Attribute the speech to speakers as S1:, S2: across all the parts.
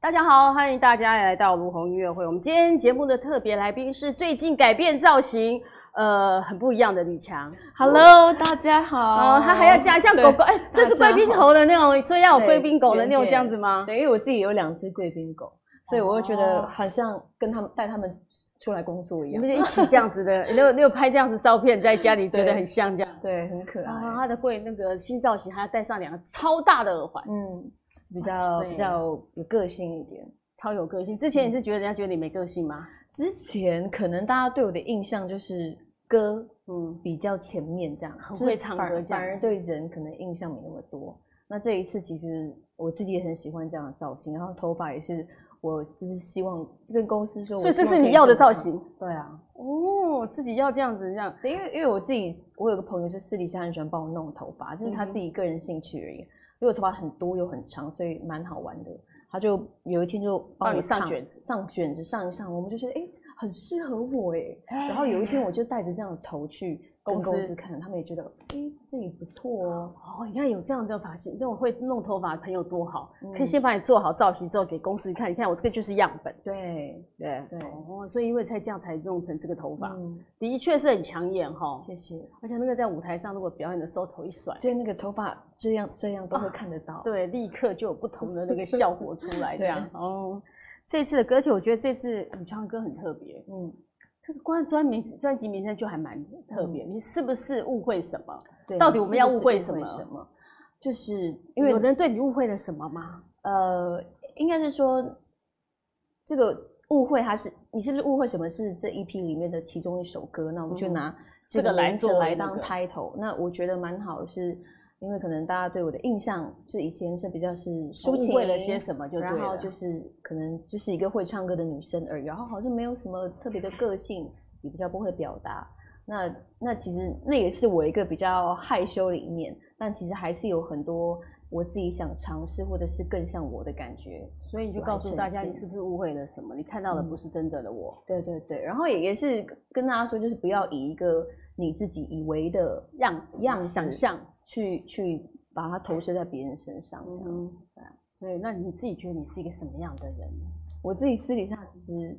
S1: 大家好，欢迎大家来到卢红音乐会。我们今天节目的特别来宾是最近改变造型，呃，很不一样的李强。
S2: Hello，大家好。
S1: 哦，他还要加像狗狗，哎、这是贵宾头的那种，所以要有贵宾狗的那种
S2: 对
S1: 这样子吗？
S2: 对，因为我自己有两只贵宾狗，所以我会觉得好像跟他们带他们出来工作一
S1: 你
S2: 样
S1: 们，就一起这样子 的，你有你有拍这样子照片在家里，觉得
S2: 对
S1: 很像这样。
S2: 对，很可
S1: 然后
S2: 爱。
S1: 啊他的贵那个新造型，还要戴上两个超大的耳环，
S2: 嗯，比
S1: 哇
S2: 较
S1: 塞
S2: 比较有个性一点。
S1: 超有个性。之前你是觉得人家觉得你没个性吗？
S2: 之前可能大家对我的印象就是歌
S1: 嗯，
S2: 比较前面这样，
S1: 很
S2: 就是
S1: 会唱
S2: 反
S1: 歌这
S2: 反
S1: 样
S2: 而对人可能印象没那么多。那这一次其实我自己也很喜欢这样的造型，然后头发也是我就是希望跟公司说我
S1: 所
S2: 希望可
S1: 以
S2: 以这
S1: 这
S2: 么烫，
S1: 是你要的造型
S2: 对啊，
S1: 哦，自己要这样子这样。
S2: 对，因为因为我自己，我有个朋友就私底下很喜欢帮我弄头发，这是他
S1: 嗯哼
S2: 自己个人兴趣而已。因为我头发很多又很长，所以蛮好玩的。他就有一天就
S1: 帮
S2: 帮我
S1: 你上
S2: 烫
S1: 卷子，
S2: 上卷子上一上，我们就觉得哎、诶很适合我哎、
S1: 哎
S2: 然后有一天我就带着这样的头去跟
S1: 公司
S2: 公司看，他们也觉得哎、诶这也不错哦、
S1: 哦，你看有这样的发型，这种会弄头发的朋友多好，可以
S2: 嗯
S1: 先把你做好造型之后给公司看，你看我这个就是样本。
S2: 对
S1: 对
S2: 对
S1: 哦，所以因为才这样才弄成这个头发，
S2: 嗯，
S1: 的确是很抢眼哈。
S2: 谢谢。
S1: 而且那个在舞台上如果表演的时候头一甩，
S2: 所以那个头发这样这样都会
S1: 啊
S2: 看得到。
S1: 对，立刻就有不同的那个效果出 来。这
S2: 对
S1: 样哦，这次的歌曲我觉得这次你唱的歌很特别，
S2: 嗯，
S1: 这个关于专名专辑名称就还蛮特别。你是不是误会什么？
S2: 嗯对，
S1: 到
S2: 你
S1: 底我
S2: 是
S1: 们要
S2: 不是
S1: 误会什么
S2: 什么？就是因
S1: 因
S2: 为
S1: 为有人对你误会了什么吗？
S2: 呃，应该是说这个误会，它是你是不是误会什么是这一批里面的其中一首歌？那我们就
S1: 嗯
S2: 拿
S1: 这个来
S2: 名字
S1: 作为
S2: 来
S1: 那
S2: 当
S1: 个
S2: title。那我觉得蛮好的是，因为可能大家对我的印象就以前是比较是抒
S1: 误
S2: 情，
S1: 会了些什么就对
S2: 然后
S1: 了。
S2: 就是可能就是一个会唱歌的女生而已，然后好像没有什么特别的个性，也比较不会表达。那那其实那也是我一个比较害羞的一面，但其实还是有很多我自己想尝试或者是更像我的感觉。
S1: 所以你就
S2: 来
S1: 告诉
S2: 呈
S1: 大家
S2: 现
S1: 你是不是误会了什么？你看到的不是真的的我。
S2: 对对对，然后也也是跟大家说，就是不要以一个你自己以为的
S1: 样子、
S2: 样子
S1: 想象。
S2: 去去把它投射在别人身上。
S1: 嗯
S2: 这样
S1: 哼，对啊。所以，那你自己觉得你是一个什么样的人？
S2: 我自己私底下其实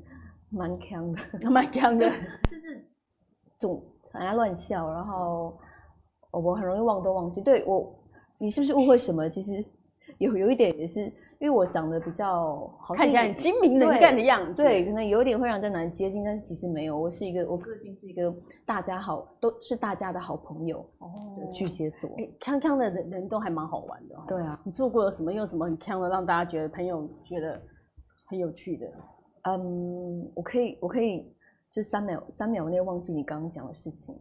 S2: 蛮强的。
S1: 蛮强 的，
S2: 总很爱乱笑，然后哦我很容易忘东忘西。对我，你是不是误会什么？其实有有一点也是，因为我长得比较好像
S1: 看起来
S2: 也
S1: 很精明能干的样子。
S2: 对，可能有一点会让人家难接近，但是其实没有。我是一个，我个性是一个大家好，都是大家的好朋友。
S1: 哦，
S2: 巨蟹座，
S1: 哎，康康的人人都还蛮好玩的哦。
S2: 对啊，
S1: 你做过有什么又有什么很康的，让大家觉得朋友觉得很有趣的？
S2: 嗯，我可以，我可以，就三秒三秒内忘记你刚刚讲的事情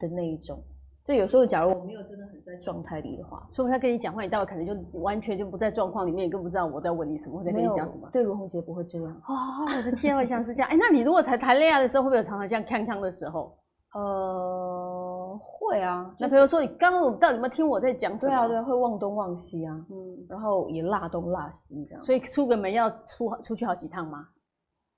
S2: 的那一种。就有时候，假如我没有真的很在状态里的话，
S1: 所以我在跟你讲话，你待会可能就完全就不在状况里面，你更不知道我在问你什么，我在跟你
S2: 没有
S1: 讲什么。
S2: 对，如红杰不会这样。
S1: 哦，我的天，我想是这样。哎，那你如果才谈恋爱的时候，会不会有常常像康康的时候？
S2: 呃，会啊，
S1: 那
S2: 就
S1: 朋友说你刚刚到底有没有听我在讲什
S2: 对
S1: 么？
S2: 啊，对啊，会忘东忘西啊，
S1: 嗯，
S2: 然后也辣东辣西这样，
S1: 所以出个门要出出去好几趟吗？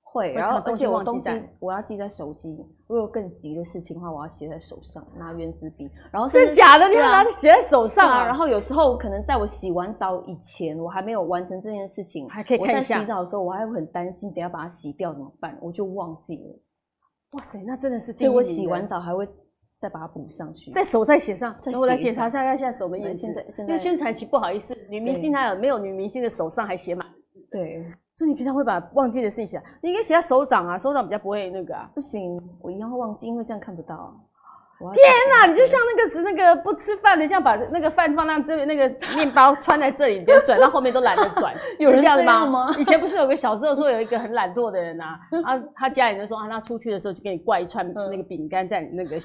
S2: 会，
S1: 会
S2: 然后
S1: 常东
S2: 而
S1: 西
S2: 且我
S1: 忘记
S2: 东西
S1: 带
S2: 我要记在手机，如果有更急的事情的话，我要写在手上，拿圆珠笔，然后甚
S1: 真的
S2: 至
S1: 假的？你
S2: 对
S1: 要
S2: 啊
S1: 拿着写在手上
S2: 对
S1: 啊，
S2: 啊，
S1: 然
S2: 然
S1: 后
S2: 后有时候可能在我洗完澡以前，我还没有完成这件事情，
S1: 还可以
S2: 我
S1: 看
S2: 在
S1: 一下
S2: 洗澡的时候，我还会很担心，等一下把它洗掉怎么办？我就忘记了，
S1: 哇塞，那真的是第
S2: 所
S1: 一
S2: 以我
S1: 名
S2: 洗
S1: 耶
S2: 完澡还会再把它补上去。
S1: 在手再写上，
S2: 再
S1: 然后我来
S2: 写一
S1: 检查一下
S2: 下
S1: 看现在手的颜值
S2: 现在。现
S1: 因为
S2: 在
S1: 宣传期不好意思，女明星
S2: 对
S1: 她有没有女明星的手上还写满，
S2: 对，
S1: 所以你平常会把忘记的事情写下，你应该写在手掌啊，手掌比较不会那个啊。
S2: 不行，我一样会忘记，因为这样看不到啊。天
S1: 天哪，啊你就像那个是那个不吃饭的，这样把那个饭放到这边，那个面包穿在这里边转，到后面都懒得转，
S2: 有
S1: 是
S2: 人
S1: 这样的
S2: 这
S1: 吗？
S2: 样吗
S1: 以前不是有个小时候说有一个很懒惰的人 啊，啊，他家里人就说啊，他出去的时候就给你挂一串那个饼干在你那个。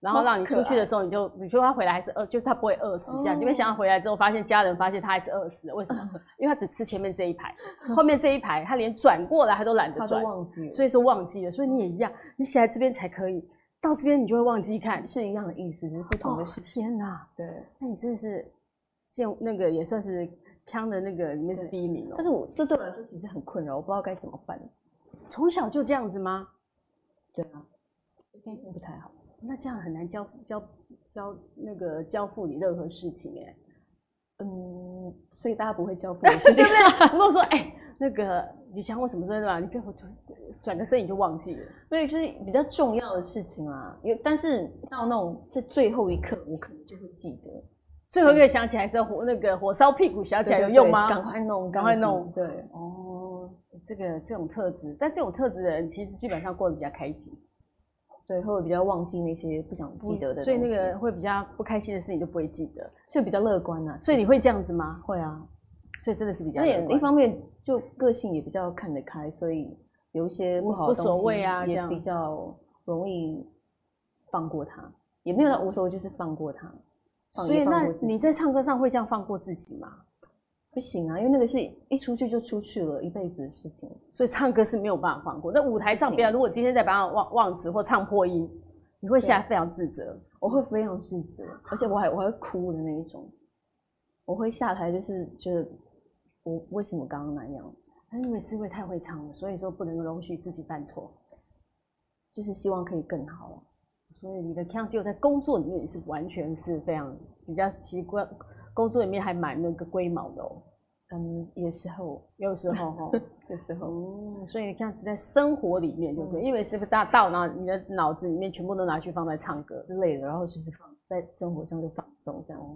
S1: 然后让你出去的时候，你就你说他回来还是饿，就他不会饿死这样。
S2: 哦
S1: 你没想到回来之后，发现家人发现他还是饿死了， 为什么？因为他只吃前面这一排，后面这一排他连转过来他都懒得
S2: 他都
S1: 转，
S2: 忘记了，
S1: 所以说忘记了。所以你也一样，你写在这边才可以，到这边你就会忘记看
S2: 以。是一样的意思，只是不
S1: 哦
S2: 同的事。
S1: 天哪，
S2: 对，
S1: 那你真的是见那个也算是康的那个里面是
S2: 对
S1: 第一名哦、
S2: 但是我这对我来说其实很困扰，我不知道该怎么办。
S1: 从小就这样子吗？
S2: 对啊，天性不太好。
S1: 那这样很难交交交那个交付你任何 事情哎、
S2: 嗯，所以大家不会交付我事
S1: 对
S2: 情啊
S1: 不。对？如果说哎、那个李强为什么真的嘛？你不要转转个身你就忘记了。
S2: 对，就是比较重要的事情啦。有，但是到那种在最后一刻，我可能就会记得。
S1: 最后一个想起来是火那个火烧屁股，想起来有用吗？
S2: 赶快弄，
S1: 赶快弄
S2: 对，
S1: 哦，这个这种特质，但这种特质的人其实基本上过得比较开心，
S2: 对，会比较忘记那些不想记得的
S1: 所以
S2: 东西，
S1: 那个会比较不开心的事情就不会记得。
S2: 就比较乐观啊呐。
S1: 所以你会这样子吗？
S2: 会啊，
S1: 所以真的是比较
S2: 那也
S1: 乐
S2: 一
S1: 观。
S2: 方面就个性也比较看得开，所以有一些不好的
S1: 无所
S2: 东西
S1: 谓啊这
S2: 也
S1: 样
S2: 比较容易放过它，也没有到无所谓，就是放过它。放
S1: 所以
S2: 也放
S1: 那
S2: 过自己
S1: 你在唱歌上会这样放过自己吗？
S2: 不行啊，因为那个是一出去就出去了，一辈子的事情。
S1: 所以唱歌是没有办法放过。那舞台上表演，如果今天再把它忘忘词或唱破音，你会下来非常自责。
S2: 我会非常自责，而且我还我还会哭的那一种。我会下台，就是觉得我为什么刚刚那样，
S1: 那哎因为是因为太会唱了，所以说不能容许自己犯错。
S2: 就是希望可以更好啊。
S1: 所以你的 count 就在工作里面也是完全是非常比较奇怪，工作里面还蛮那个龟毛的哦，
S2: 嗯，有时 候，
S1: 有时 候哦。
S2: 有时候，
S1: 嗯，所以你看是在生活里面就对，因为是不是大到呢，你的脑子里面全部都拿去放在唱歌。
S2: 之类的，然后就是放在生活上就放松这样。
S1: 哦，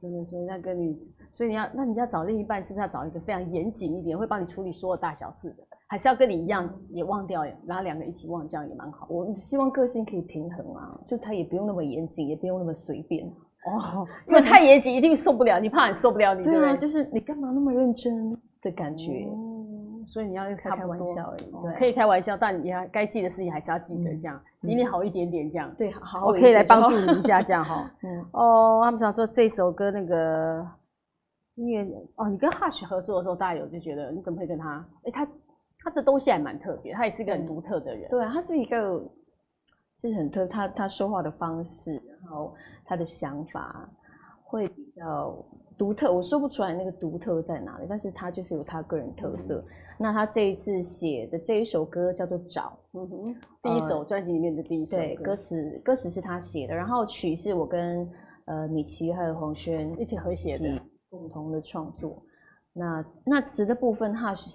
S1: 真的，所以那跟你，所以你要，那你要找另一半，是不是要找一个非常严谨一点，会帮你处理所有大小事的？还是要跟你一样也忘掉，然后两个一起忘，这样也蛮好。
S2: 我希望个性可以平衡啊，就他也不用那么严谨，也不用那么随便。
S1: 哦，因为太严谨一定受不了，你怕你受不了你，
S2: 对啊，
S1: 不对
S2: 就是你干嘛那么认真的感觉？
S1: 嗯所以你要
S2: 开
S1: 差不
S2: 开玩
S1: 多
S2: 笑而已
S1: 哦
S2: 对
S1: 可以开玩笑，但你要该记的事情还是要记得，
S2: 嗯
S1: 这样
S2: 嗯
S1: 比你好一点点，这样。
S2: 对，好好
S1: 我
S2: 有
S1: 可以
S2: 些
S1: 来
S2: 就
S1: 帮
S2: 好
S1: 助你一。下，这样哈。
S2: 嗯，
S1: 哦，他们想说这首歌那个音乐哦，你跟 Hush 合作的时候，大家有就觉得你怎么会跟他？哎、他他的东西还蛮特别，他也是一个很
S2: 嗯
S1: 独特的人。
S2: 对啊，他是一个，是很特，他他说话的方式，然后他的想法会比较独特，我说不出来那个独特在哪里，但是他就是有他个人特色。
S1: 嗯
S2: 那他这一次写的这一首歌叫做《找》，
S1: 嗯哼，第一首专辑里面的第一首
S2: 对，
S1: 歌
S2: 歌词歌词是他写的，然后曲是我跟呃米奇还有黄轩
S1: 一起合写的
S2: 起共同的创作。那那词的部分，哈是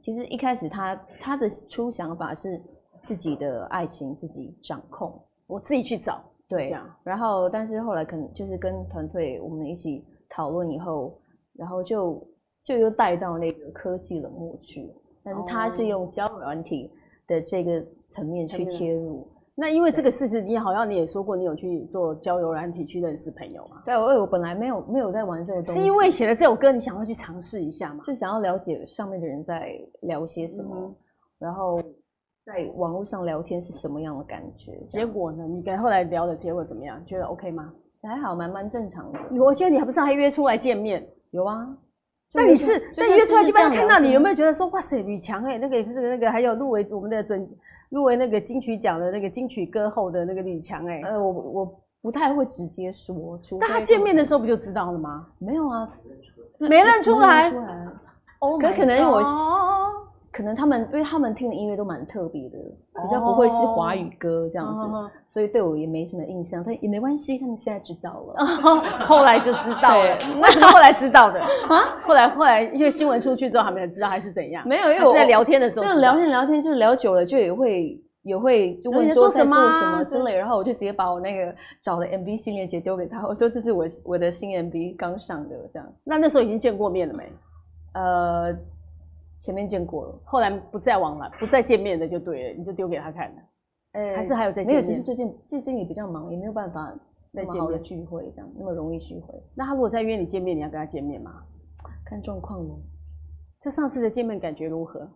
S2: 其实一开始他他的初想法是自己的爱情自己掌控，
S1: 我自己去找。这
S2: 对
S1: 样。
S2: 然后但是后来可能就是跟团队我们一起讨论以后，然后就就又带到那个科技冷漠去，但是他
S1: 哦
S2: 是用交友软体的这个层面
S1: 层
S2: 去
S1: 面
S2: 切入。
S1: 那因为这个事情，你好像你也说过，你有去做交友软体去认识朋友嘛？
S2: 对，我我本来没有没有在玩这个东西，
S1: 是因为写了这首歌，你想要去尝试一下嘛？
S2: 就想要了解上面的人在聊些什么，
S1: 嗯哼
S2: 然后在网络上聊天是什么样的感觉。这
S1: 结
S2: 样
S1: 果呢？你跟后来聊的结果怎么样？觉得 OK 吗？
S2: 还好，蛮蛮正常的。
S1: 我觉得你还不是还约出来见面？
S2: 有啊，
S1: 那你是那约出来基本上看到你有没
S2: 有？
S1: 有觉得说哇塞，吕强哎，那个也不是那个，还有入围我们的准入围那个金曲奖的那个金曲歌后的那个吕强哎，
S2: 呃，我我不太会直接说，除
S1: 但他
S2: 非
S1: 见
S2: 他
S1: 面的时候不就知道了吗？
S2: 没有啊，
S1: 没认出来
S2: 没认出来
S1: 哦，
S2: 可可能我
S1: 哦
S2: 可能他们因为他们听的音乐都蛮特别的，比较不会是华
S1: 哦
S2: 语歌这
S1: 这
S2: 样子，所以对我也没什么印象，但也没关系，他们现在知道了。
S1: 哦
S2: 哦
S1: 后来就知道了，
S2: 对
S1: 为什么后来知道的？
S2: 啊，
S1: 后来后来因为新闻出去之后，他们才知道还是怎样？
S2: 没有，因
S1: 还
S2: 为我
S1: 是在聊天的时候知道，
S2: 就啊聊天聊天，就是聊久了就也会也会就问
S1: 你在做
S2: 说
S1: 什么
S2: 在
S1: 啊
S2: 做什么之类，然后我就直接把我那个找的 MV 新链接丢给他，我说这是我我的新 MV 刚上的这样，
S1: 那那时候已经见过面了没？
S2: 呃，前面见过了，
S1: 后来不再往来，不再见面的就对了，你就丢给他看了。
S2: 呃
S1: 还是还有再
S2: 没有，
S1: 见
S2: 其实
S1: 面
S2: 最近最近也比较忙，也没有办法那么
S1: 再见
S2: 好的
S1: 面
S2: 聚会这样，那么容易聚会，
S1: 那他如果再约你见面，你要跟他见面吗？
S2: 看状况咯，
S1: 这上次的见面感觉如何？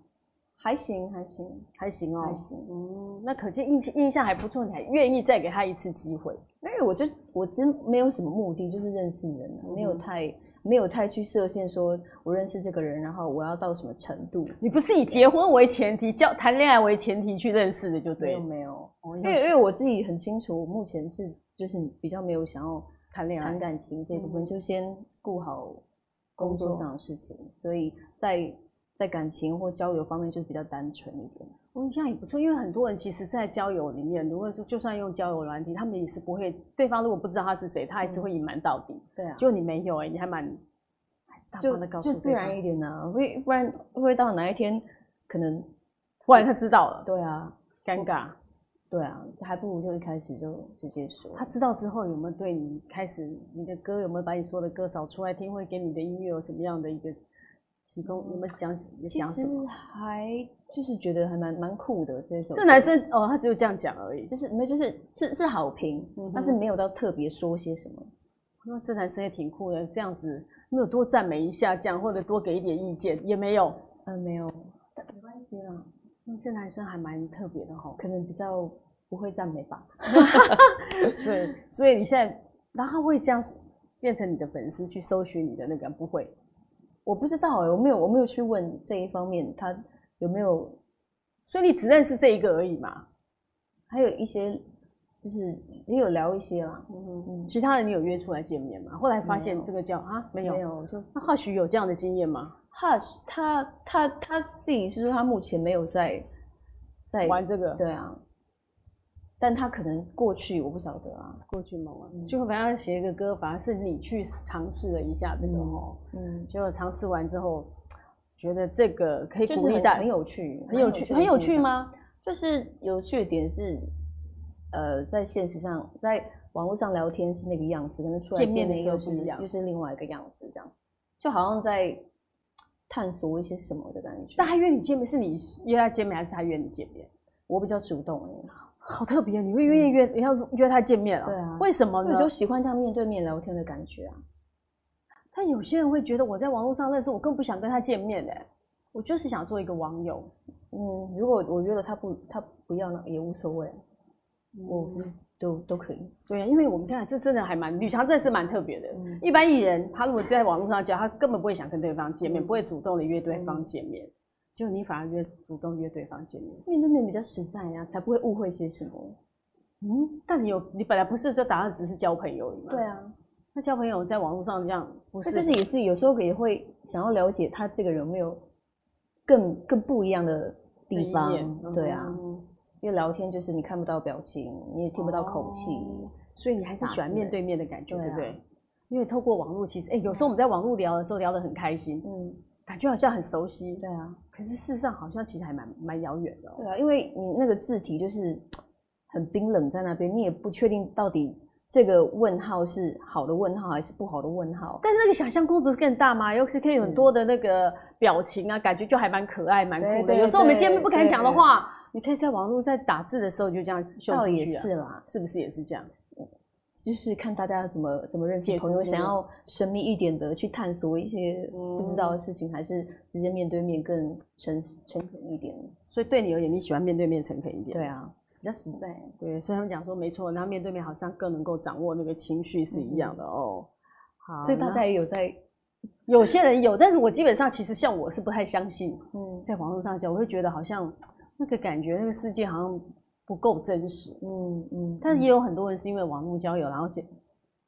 S2: 还行还行
S1: 还行哦，
S2: 还行，
S1: 嗯，那可见印印象还不错，你还愿意再给他一次机会。
S2: 那个我就我真没有什么目的，就是认识人啊、没有
S1: 嗯
S2: 太没有太去设限，说我认识这个人，然后我要到什么程度。
S1: 你不是以结婚为前提，叫谈恋爱为前提去认识的，就
S2: 没
S1: 对
S2: 有
S1: 了。
S2: 没有，
S1: 哦
S2: 因
S1: 要
S2: 为因为我自己很清楚，我目前是就是比较没有想要
S1: 谈恋
S2: 谈
S1: 爱，
S2: 感情这部
S1: 嗯
S2: 分，就先顾好工作
S1: 工作
S2: 上的事情，所以在在感情或交友方面就比较单纯一点。
S1: 我哦印象也不错，因为很多人其实，在交友里面，如果说就算用交友软体，他们也是不
S2: 嗯
S1: 欸会，对方如果不知道他是谁，他还是会隐瞒到底。
S2: 对啊，
S1: 就你没有哎、你还蛮大
S2: 就
S1: 方的告
S2: 就
S1: 诉
S2: 自
S1: 对方
S2: 然一点啊，不会不然会到哪一天可能
S1: 不然他知道了，
S2: 对啊
S1: 尴尬。
S2: 对啊，还不如就一开始就直接说。
S1: 他知道之后有没有对你开始你的歌有没有把你说的歌找出来听，会给你的音乐有什么样的一个提供？有没有讲有
S2: 嗯其
S1: 讲什
S2: 实
S1: 么？
S2: 还就是觉得还蛮蛮酷的这首歌，
S1: 这男生哦，他只有这样讲而已。
S2: 就是没有就是是是好评，
S1: 嗯哼
S2: 但是没有到特别说些什么。
S1: 那这男生也挺酷的，这样子没有多赞美一下，这样或者多给一点意见也没有。
S2: 嗯、没有，但没关系啦，
S1: 嗯这男生还蛮特别的哈。
S2: 可能比较不会赞美吧。
S1: 对，所以你现在，然后他会这样变成你的粉丝去搜寻你的那个不会，
S2: 我不知道哎、我没有我没有去问这一方面，他有没有
S1: 所以你只认识这一个而已嘛。
S2: 还有一些就是也有聊一些啦，
S1: 嗯
S2: 嗯
S1: 其他人你有约出来见面吗？后来发现
S2: 没有
S1: 这个叫啊没有。
S2: 没有就
S1: 那或许有这样的经验吗？
S2: Hush 他他他自己是说他目前没有在在
S1: 玩这个
S2: 对啊，但他可能过去我不晓得啊，
S1: 过去猛玩，最后反正写一个歌，反而是你去尝试了一下这个
S2: 嗯
S1: 哦，
S2: 嗯，
S1: 结果尝试完之后，觉得这个可以
S2: 就
S1: 鼓
S2: 是
S1: 励
S2: 很
S1: 大
S2: 很有趣，
S1: 很有趣，
S2: 的
S1: 很有
S2: 现
S1: 趣
S2: 象？
S1: 吗？
S2: 就是有趣的点是，呃，在现实上，在网络上聊天是那个样子，跟出来
S1: 见面的
S2: 面又
S1: 时
S2: 是
S1: 候不一样
S2: 又是另外一个样子，这样就好像在探索一些什么的感觉。
S1: 但他约你见面是你约他见面，还是他约你见
S2: 嗯
S1: 面？
S2: 我比较主动欸
S1: 好特别，你会愿意约你要约他见面啊？
S2: 对啊
S1: 为什么
S2: 哎、
S1: 呢
S2: 我？就喜欢这样面对面聊天的感觉啊。
S1: 但有些人会觉得我在网络上认识，我更不想跟他见面哎、我就是想做一个网友。
S2: 嗯，如果我觉得他不他不要那也无所谓，我
S1: 我
S2: 都都可以。
S1: 对啊，因为我们看这真的还蛮，吕强真的是蛮特别的。
S2: 嗯
S1: 一般艺人他如果在网络上交，他根本不会想跟对方见面，
S2: 嗯
S1: 不会主动的约对方见面。就你反而约主动约对方见面，
S2: 面对面比较实在呀、才不会误会些什么。
S1: 嗯，但你有你本来不是就打算只是交朋友而已吗？
S2: 对，啊，
S1: 那交朋友在网络上这样不
S2: 那
S1: 是？
S2: 就是也是有时候也会想要了解他这个人有没有更更不一样的
S1: 的
S2: 地
S1: 一
S2: 方。
S1: 面
S2: 对啊，
S1: 嗯
S2: 因为聊天就是你看不到表情，你也听不到口气。
S1: 哦所以你还是喜欢
S2: 打字
S1: 面对面的感觉，
S2: 对
S1: 对
S2: 啊
S1: 不对？因为透过网络，其实哎、有时候我们在网络聊的时候聊得很开心，
S2: 嗯，
S1: 感觉好像很熟悉，
S2: 对啊，
S1: 可是事实上好像其实还蛮蛮遥远的、哦。
S2: 对啊，因为你那个字体就是很冰冷在那边，你也不确定到底这个问号是好的问号还是不好的问号。
S1: 但是那个想象空不是更大吗？尤其是可以有很
S2: 是
S1: 多的那个表情啊，感觉就还蛮可爱、蛮酷
S2: 对
S1: 的。
S2: 对
S1: 有时候我们见面不敢
S2: 对
S1: 讲的话，你可以在网络在打字的时候就这样秀出
S2: 倒
S1: 去、啊，
S2: 也是啦，
S1: 是不是也是这样？
S2: 就是看大家怎么怎么认识
S1: 解
S2: 朋
S1: 读
S2: 友，
S1: 对
S2: 想
S1: 不对
S2: 要神秘一点的去探索一些
S1: 嗯
S2: 不知道的事情，还是直接面对面更诚实诚恳一点？
S1: 所以对你而言，你喜欢面对面诚恳一点。
S2: 对啊，比较实在。
S1: 对，所以他们讲说没错，然后面对面好像更能够掌握那个情绪是一样的哦。好，
S2: 所以大
S1: 那
S2: 家也有在，
S1: 有些人有，但是我基本上其实像我是不太相信
S2: 嗯
S1: 在网络上讲，我会觉得好像那个感觉，那个世界好像不够真实。
S2: 嗯嗯，
S1: 但是
S2: 嗯
S1: 也有很多人是因为网络交友，然后见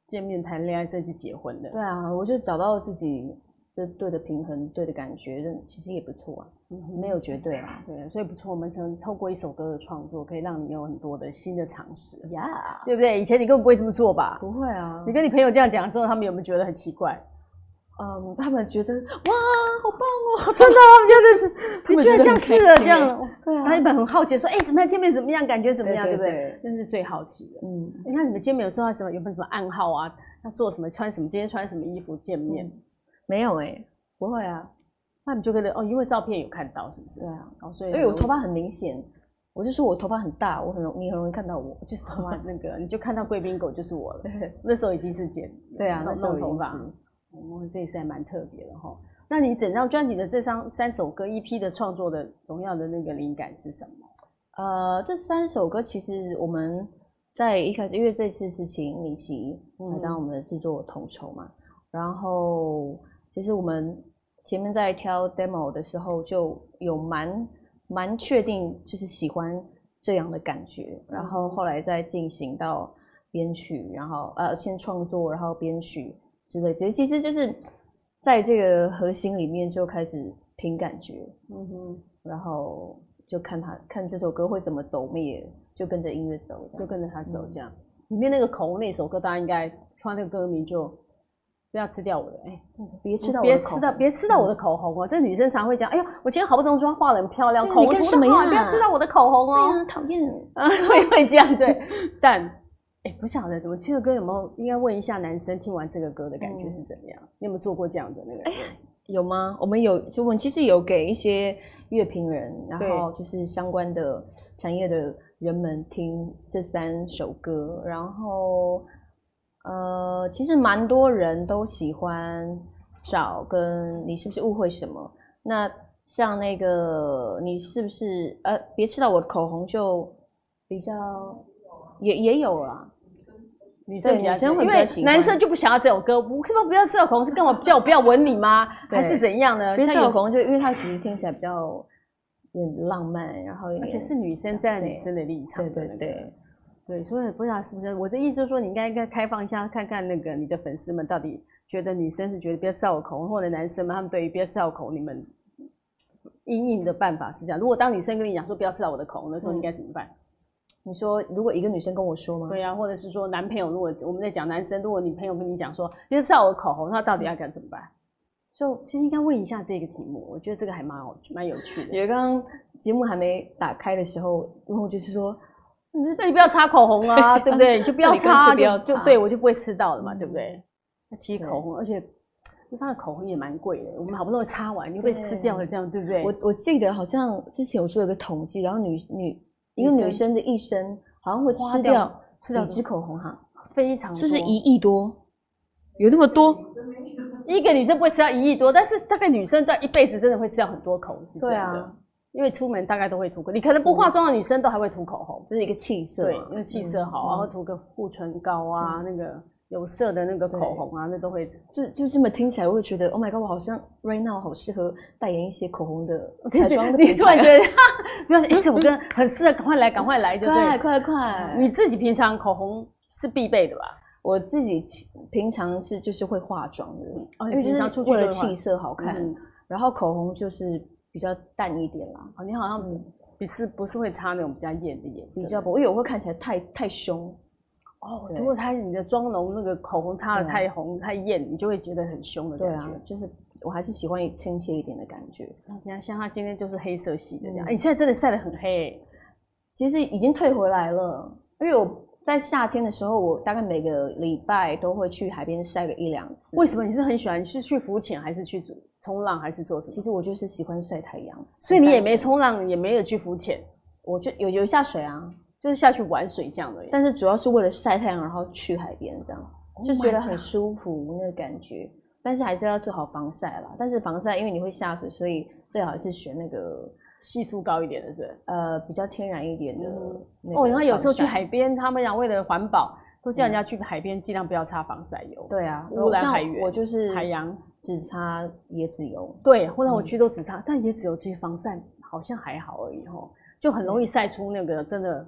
S1: 见面谈恋爱甚至结婚的。
S2: 对啊，我就找到自己的对的平衡，对的感觉，其实也不错啊，
S1: 嗯
S2: 没有绝对啊。
S1: 对，所以不错，我们曾透过一首歌的创作，可以让你有很多的新的尝试，
S2: 呀、
S1: 对不嗯对？以前你根本不会这么做吧？
S2: 不会啊
S1: 你，跟你朋友这样讲的时候，他们有没有觉得很奇怪？
S2: 嗯，他们觉得哇，好棒哦，
S1: 真的，他们觉得是，
S2: 他
S1: 你
S2: 们
S1: 居然
S2: 觉
S1: 这样试
S2: 得很开
S1: 了，
S2: 心
S1: 这样
S2: 欸，对
S1: 然后一本很好奇地说，哎，怎么样见面怎么样，感觉怎么样，对
S2: 对
S1: 不
S2: 对
S1: 对？那是最好奇的。哎
S2: 嗯，
S1: 你看你们见面有时候什么有没有什么暗号啊？要做什么？穿什么？今天穿什么衣服见面？
S2: 嗯没有哎、不会啊，
S1: 那你就跟着哦，因为照片有看到，是不是
S2: 对？啊，
S1: 哦，所以
S2: 因为我
S1: 很
S2: 头发很明显，我就说我头发很大，我很容你很容易看到我，就是头
S1: 哇
S2: 发，
S1: 那个你就看到贵宾狗就是我 了。那时候已经是剪
S2: 对啊，那
S1: 弄
S2: 时候
S1: 弄
S2: 已
S1: 头
S2: 经
S1: 发
S2: 是，
S1: 哦，这也是还蛮特别的哈。那你整张专辑的这张三首歌 EP 的创作的荣耀的那个灵感是什么？
S2: 呃，这三首歌其实我们在一开始，因为这次是请米奇来当
S1: 嗯
S2: 我们的制作统筹嘛，然后其实我们前面在挑 demo 的时候就有蛮蛮确定就是喜欢这样的感觉，然后后来再进行到编曲，然后呃先创作，然后编曲之类，其实其实就是在这个核心里面就开始凭感觉，
S1: 嗯哼，
S2: 然后就看他看这首歌会怎么走，我们也就跟着音乐走，
S1: 就
S2: 这样嗯
S1: 跟着他走这样。里面那个口红那首歌，大家应该看到那个歌名就不要吃掉我的，哎、
S2: 别吃到我
S1: 别
S2: 的口
S1: 吃到别吃到我的口红哦、这女生常会讲，哎呦，我今天好不容易妆化得很漂亮，
S2: 嗯对
S1: 口红
S2: 你干
S1: 涂
S2: 什么
S1: 得好啊
S2: 呀
S1: 不要吃到我的口红哦、
S2: 对啊，讨厌。
S1: 啊， 会会这样对，但哎、不晓得我这个歌有没有应该问一下男生听完这个歌的感觉是怎么样？
S2: 嗯
S1: 你有没有做过这样的那个？
S2: 哎有吗？我们有，就我们其实有给一些乐评人，然
S1: 对
S2: 后就是相关的产业的人们听这三首歌，然后呃，其实蛮多人都喜欢找跟你是不是误会什么？那像那个你是不是呃，别吃到我的口红就比较也也有啦，
S1: 女生
S2: 对
S1: 比较
S2: 女生会
S1: 因
S2: 比较
S1: 为
S2: 喜欢
S1: 男生就不想要这首歌，我是不是不要吃到口红？是干嘛叫我不 要吻你吗？
S2: 对
S1: 还是怎样呢？
S2: 别吃
S1: 像有
S2: 到我口红就因为它其实听起来比较有点浪漫，然后有
S1: 而且
S2: 点
S1: 是女生站在女
S2: 对
S1: 生的立场
S2: 对
S1: 的那
S2: 对
S1: 个、
S2: 对。
S1: 对，所以不知道是不是我的意思，就是说你应该应该开放一下，看看那个你的粉丝们到底觉得女生是觉得不要吃到我口红，或者男生们他们对于不要吃到我口红，你们阴影的办法是这样。如果当女生跟你讲说不要吃到我的口红的时候，你
S2: 嗯
S1: 应该怎么办？
S2: 你说，如果一个女生跟我说吗？
S1: 对啊，或者是说男朋友，如果我们在讲男生，如果女朋友跟你讲说不要吃到我的口红，那到底要该怎么办？就其实应该问一下这个题目，我觉得这个还蛮好，蛮有趣的。
S2: 因为刚刚节目还没打开的时候，然后就是说，
S1: 你就那你不要擦口红啊， 对不对？你就不要
S2: 那你干脆
S1: 擦，
S2: 不要
S1: 就就
S2: 擦
S1: 对我就不会吃到了嘛，
S2: 嗯
S1: 对不对？那其实
S2: 对
S1: 口红，而且一般的口红也蛮贵的，我们好不容易擦完，你就被吃
S2: 对
S1: 掉了，这样对不对？
S2: 我我记得好像之前有做一个统计，然后女女一个
S1: 女
S2: 女生的一生好像会
S1: 花
S2: 吃
S1: 掉
S2: 掉
S1: 吃掉
S2: 几支口红哈、
S1: 非常
S2: 就是
S1: 多
S2: 一亿多，有那么多？
S1: 一个女生不会吃到一亿多，但是大概女生在一辈子真的会吃掉很多口红，是这
S2: 对
S1: 样
S2: 啊
S1: 的。因为出门大概都会涂口，你可能不化妆的女生都还会涂口红，
S2: 就是一个气色
S1: 对
S2: 嘛，，
S1: 因为气色好，
S2: 嗯
S1: 然后涂个护唇膏啊，那个有色的那个口红啊，那都会
S2: 就就这么听起来，我会觉得，Oh my god，我好像 right now 好适合代言一些口红 的彩妆的
S1: 你
S2: 品
S1: 突然
S2: 牌
S1: 觉 得， 不要说，哎、这首歌很适合，赶快来，赶快来，就
S2: 快
S1: 对。
S2: 快快！
S1: 你自己平常口红是必备的吧？
S2: 我自己其平常是就是会化妆的，
S1: 哦你
S2: 因为
S1: 平常出
S2: 就是
S1: 去
S2: 为了
S1: 就会化
S2: 气色好看，
S1: 嗯
S2: 然后口红就是比较淡一点啦，
S1: 哦，你好像不是不是会擦那种比较艳的颜色，
S2: 嗯比较不，因为我会看起来太太凶，
S1: 哦。
S2: 对
S1: 如果它你的妆容那个口红擦的
S2: 对啊
S1: 太红太艳，你就会觉得很凶的
S2: 对
S1: 感
S2: 啊
S1: 觉。，
S2: 就是我还是喜欢亲切一点的感觉。
S1: 你看，像他今天就是黑色系的这样，
S2: 嗯
S1: 哎你现在真的晒得很黑、欸，
S2: 其实已经退回来了，因为我在夏天的时候，我大概每个礼拜都会去海边晒个一两次。
S1: 为什么？你是很喜欢是去浮潜，还是去冲浪，还是做什
S2: 其
S1: 么？
S2: 实我就是喜欢晒太阳，
S1: 所以你也
S2: 很单
S1: 没
S2: 纯，
S1: 冲浪，也没有去浮潜，
S2: 我就有有下水啊，
S1: 就是下去玩水这样而已。
S2: 但是主要是为了晒太阳，然后去海边这样。就
S1: Oh my
S2: 觉得很舒服那个感觉。但是还是要做好防晒啦。但是防晒，因为你会下水，所以最好是选那个
S1: 系数高一点的，是不是？
S2: 呃比较天然一点的
S1: 嗯
S2: 那个防晒、
S1: 哦，然后有时候去海边，他们讲为了环保，都叫人
S2: 嗯
S1: 家去海边尽量不要擦防晒油，
S2: 对啊，
S1: 污染海
S2: 我
S1: 源
S2: 像我就是
S1: 海洋。
S2: 只擦椰子油，
S1: 对，后来我去都只擦，但也只有其实防晒好像还好而已吼，就很容易晒出那个真的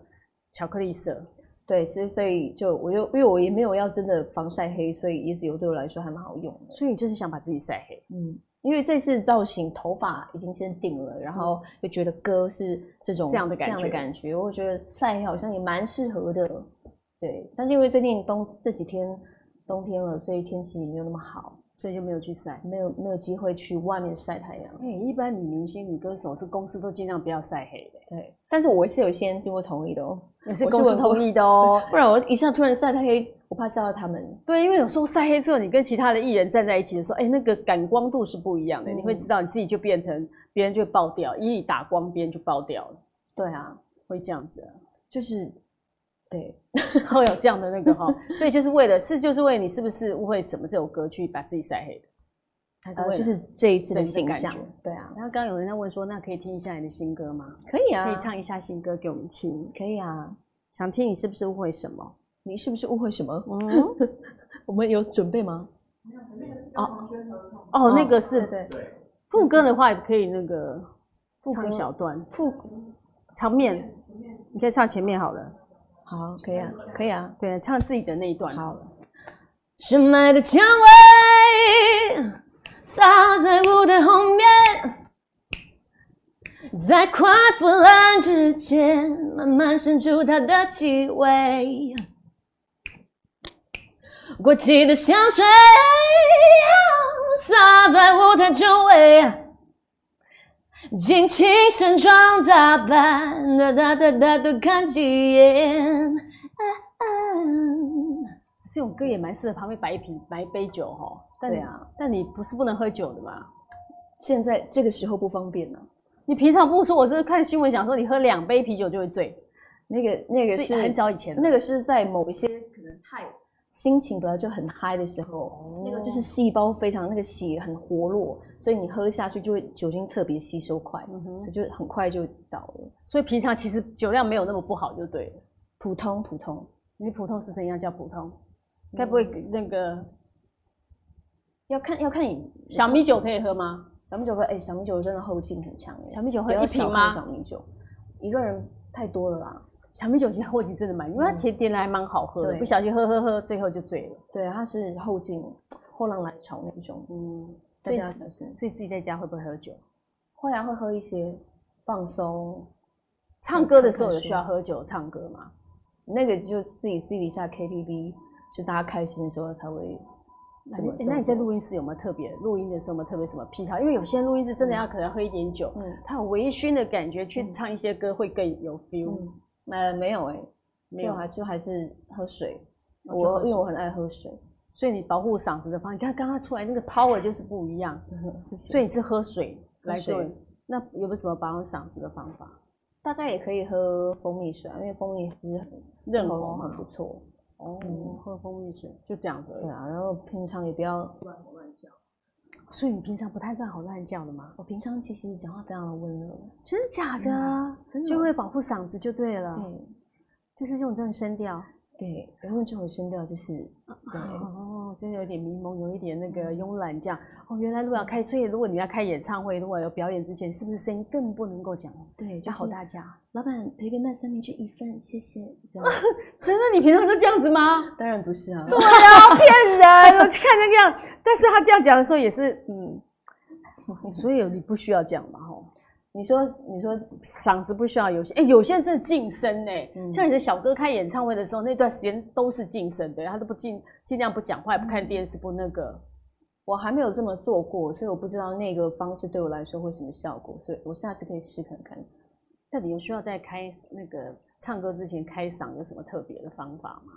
S1: 巧克力色。
S2: 对，所以所以就我就因为我也没有要真的防晒黑，所以椰子油对我来说还蛮好用的。
S1: 所以你就是想把自己晒黑，
S2: 嗯，因为这次造型头发已经先定了，然后又觉得歌是这种
S1: 嗯这样的感
S2: 这样的
S1: 觉
S2: 感觉，我觉得晒黑好像也蛮适合的。对，但是因为最近冬这几天冬天了，所以天气没有那么好，
S1: 所以就没有去晒。
S2: 没有没有机会去外面晒太阳。
S1: 哎、一般女明星、女歌手，这公司都尽量不要晒黑的，
S2: 对，但是我是有先经过同意的哦，
S1: 也是
S2: 我
S1: 公
S2: 是
S1: 司
S2: 我
S1: 同意的哦、
S2: 不然我一下突然晒太黑，我怕吓到他们。
S1: 对，因为有时候晒黑之后，你跟其他的艺人站在一起的时候，哎、那个感光度是不一样的，你会
S2: 嗯
S1: 知道你自己就变成别人就会爆掉，一打光别人就爆掉了，
S2: 对啊，
S1: 会这样子、啊，
S2: 就是对，
S1: 会有这样的那个哈、 所以就是为了是就是为了你是不是误会什么这首歌去把自己晒黑的，还呃是为了、
S2: 呃，就是这一次
S1: 整个
S2: 的形
S1: 感
S2: 象
S1: 觉。
S2: 对啊，
S1: 然后刚刚有人在问说，那可以听一下你的新歌吗？
S2: 可以
S1: 可以
S2: 啊，
S1: 唱一下新歌给我们听，
S2: 可以啊。
S1: 想听你是不是误会什么？
S2: 你是不是误会什么？
S1: 嗯。
S2: 我们有准备吗？
S1: 哦，那个
S2: 对
S1: 是
S2: 对
S1: 副歌的话，也可以那个
S2: 副
S1: 唱
S2: 歌
S1: 一小段，
S2: 副
S1: 场面，你可以唱前面好了，
S2: 好，可以啊，可以啊。
S1: 对，唱自己的那一段好了。
S2: 深爱的蔷薇洒在我的后面，在快腐烂之前，慢慢渗出它的气味。过期的香水啊洒在舞台周围，尽情盛装打扮，哒哒哒哒多看几眼。啊啊
S1: 这种歌也蛮适合旁边摆一瓶摆一杯酒哈。但
S2: 对啊，
S1: 但你不是不能喝酒的嘛？
S2: 现在这个时候不方便了、
S1: 你平常不说，我是看新闻讲说你喝两杯啤酒就会醉，
S2: 那个那个是
S1: 很早以前的。
S2: 那个是在某一些可能太心情本来就很嗨的时候，那个
S1: 哦
S2: 就是细胞非常那个血很活络，所以你喝下去就会酒精特别吸收快，
S1: 嗯
S2: 所
S1: 哼，
S2: 以就很快就倒了。
S1: 所以平常其实酒量没有那么不好就对了。
S2: 普通普通，
S1: 你普通是怎样叫普通？该不会那个
S2: 要看要看你
S1: 小米酒可以喝吗？
S2: 小米酒喝，哎、小米酒真的后劲很强哎，
S1: 小米酒
S2: 不
S1: 喝
S2: 要
S1: 一
S2: 小
S1: 瓶
S2: 看
S1: 吗？
S2: 小米酒一个人太多了啦。
S1: 小米酒其实后劲真的蛮，因为它
S2: 嗯
S1: 甜甜的还蛮好喝的，
S2: 对
S1: 不小心喝喝喝，最后就醉了。
S2: 对，啊它是后劲后浪来潮那种，
S1: 嗯，
S2: 大
S1: 所以
S2: 家要小心。
S1: 所以自己在家会不会喝酒？
S2: 会啊，会喝一些放松，
S1: 唱歌的时候有
S2: 看看书
S1: 需要喝酒唱歌吗？
S2: 那个就自己私底下 KTV，就大家开心的时候才会
S1: 那
S2: 这
S1: 你
S2: 么。
S1: 欸
S2: 这么
S1: 那你在
S2: 做？
S1: 录音室有没有特别录音的时候有没有特别什么癖好？因为有些录音室真的要可能喝一点酒，
S2: 嗯
S1: 它有微醺的感觉，去
S2: 嗯
S1: 唱一些歌会更有 feel。
S2: 嗯，呃，没有哎、
S1: 没
S2: 就
S1: 有，啊
S2: 还就还是喝水。
S1: 哦就喝
S2: 我因
S1: 水
S2: 为我很爱喝水，
S1: 所以你保护嗓子的方法，你看刚刚出来那个 power 就是不一样。
S2: 谢谢
S1: 所以你是喝水
S2: 喝
S1: 来做
S2: 水。
S1: 那有没有什么保养嗓子的方法？
S2: 大家也可以喝蜂蜜水啊，因为蜂蜜其实很
S1: 润
S2: 喉
S1: 喉
S2: 咙很
S1: 嘛。
S2: 不错。
S1: 哦
S2: 嗯，
S1: 喝蜂蜜水就这样子而
S2: 对
S1: 已。
S2: 啊，然后平常也不要乱吼乱叫。
S1: 所以你平常不太乱吼乱叫的吗？
S2: 我平常其实讲话非常的温柔，
S1: 真的假的？
S2: 真
S1: 嗯
S2: 的
S1: 就会保护嗓子就对了。就是用这种声调。
S2: 对对，然后这种声调就是对。
S1: 哦，就是有点迷蒙，有一点那个慵懒这样。哦，原来如果要开，所以如果你要开演唱会，如果有表演之前，是不是声音更不能够讲？
S2: 对，就
S1: 要吼
S2: 是
S1: 大家。
S2: 老板培根蛋三明治一份，谢谢。这样
S1: 真的，你平常就这样子吗？
S2: 当然不是啊，
S1: 骗 人！我看那个样，但是他这样讲的时候也是，嗯，所以你不需要这样嘛，吼，
S2: 你说你说
S1: 嗓子不需要有些，哎、有些人真的晋升呢、
S2: 嗯
S1: 像你的小哥开演唱会的时候，那段时间都是晋升的，他都不尽尽量不讲话，也不
S2: 嗯
S1: 看电视，不那个，
S2: 我还没有这么做过，所以我不知道那个方式对我来说会什么效果，所以我下次可以试看看。
S1: 那你有需要在开那个唱歌之前开嗓有什么特别的方法吗？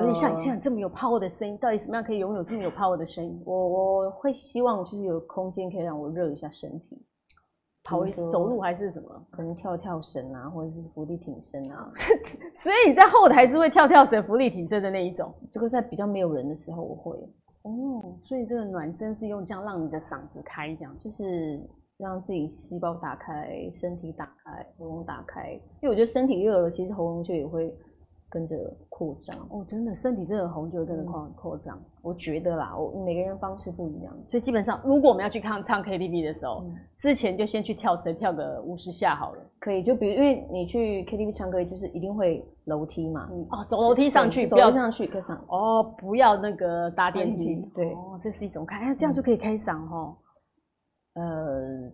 S1: 有点像你
S2: 呃
S1: 像你这么有 power 的声音，到底什么样可以拥有这么有 power 的声音？
S2: 我我会希望就是有空间可以让我热一下身体，
S1: 跑
S2: 比如说
S1: 走路还是什么？
S2: 可能跳跳绳啊，或者是伏地挺身 啊。
S1: 所以你在后台是会跳跳绳、浮力挺身的那一种。
S2: 这个在比较没有人的时候我会，
S1: 哦，所以这个暖身是用这样让你的嗓子开，这样
S2: 就是让自己细胞打开，身体打开，喉咙打开，因为我觉得身体热了，其实喉咙就也会跟着扩张。
S1: 哦，真的身体热红就会跟着扩扩张。
S2: 我觉得啦，我每个人方式不一样。
S1: 所以基本上，如果我们要去看唱 KTV 的时候，
S2: 嗯
S1: 之前就先去跳绳，跳个五十下好了。
S2: 可以，就比如因为你去 KTV 唱歌，就是一定会楼梯嘛，
S1: 嗯，哦，走楼梯上去，
S2: 走
S1: 不要
S2: 楼梯上去可以上。
S1: 哦，不要那个搭电
S2: 搭
S1: 梯
S2: 电梯。对
S1: 哦，这是一种看，哎，这样就可以开嗓哦。
S2: 呃，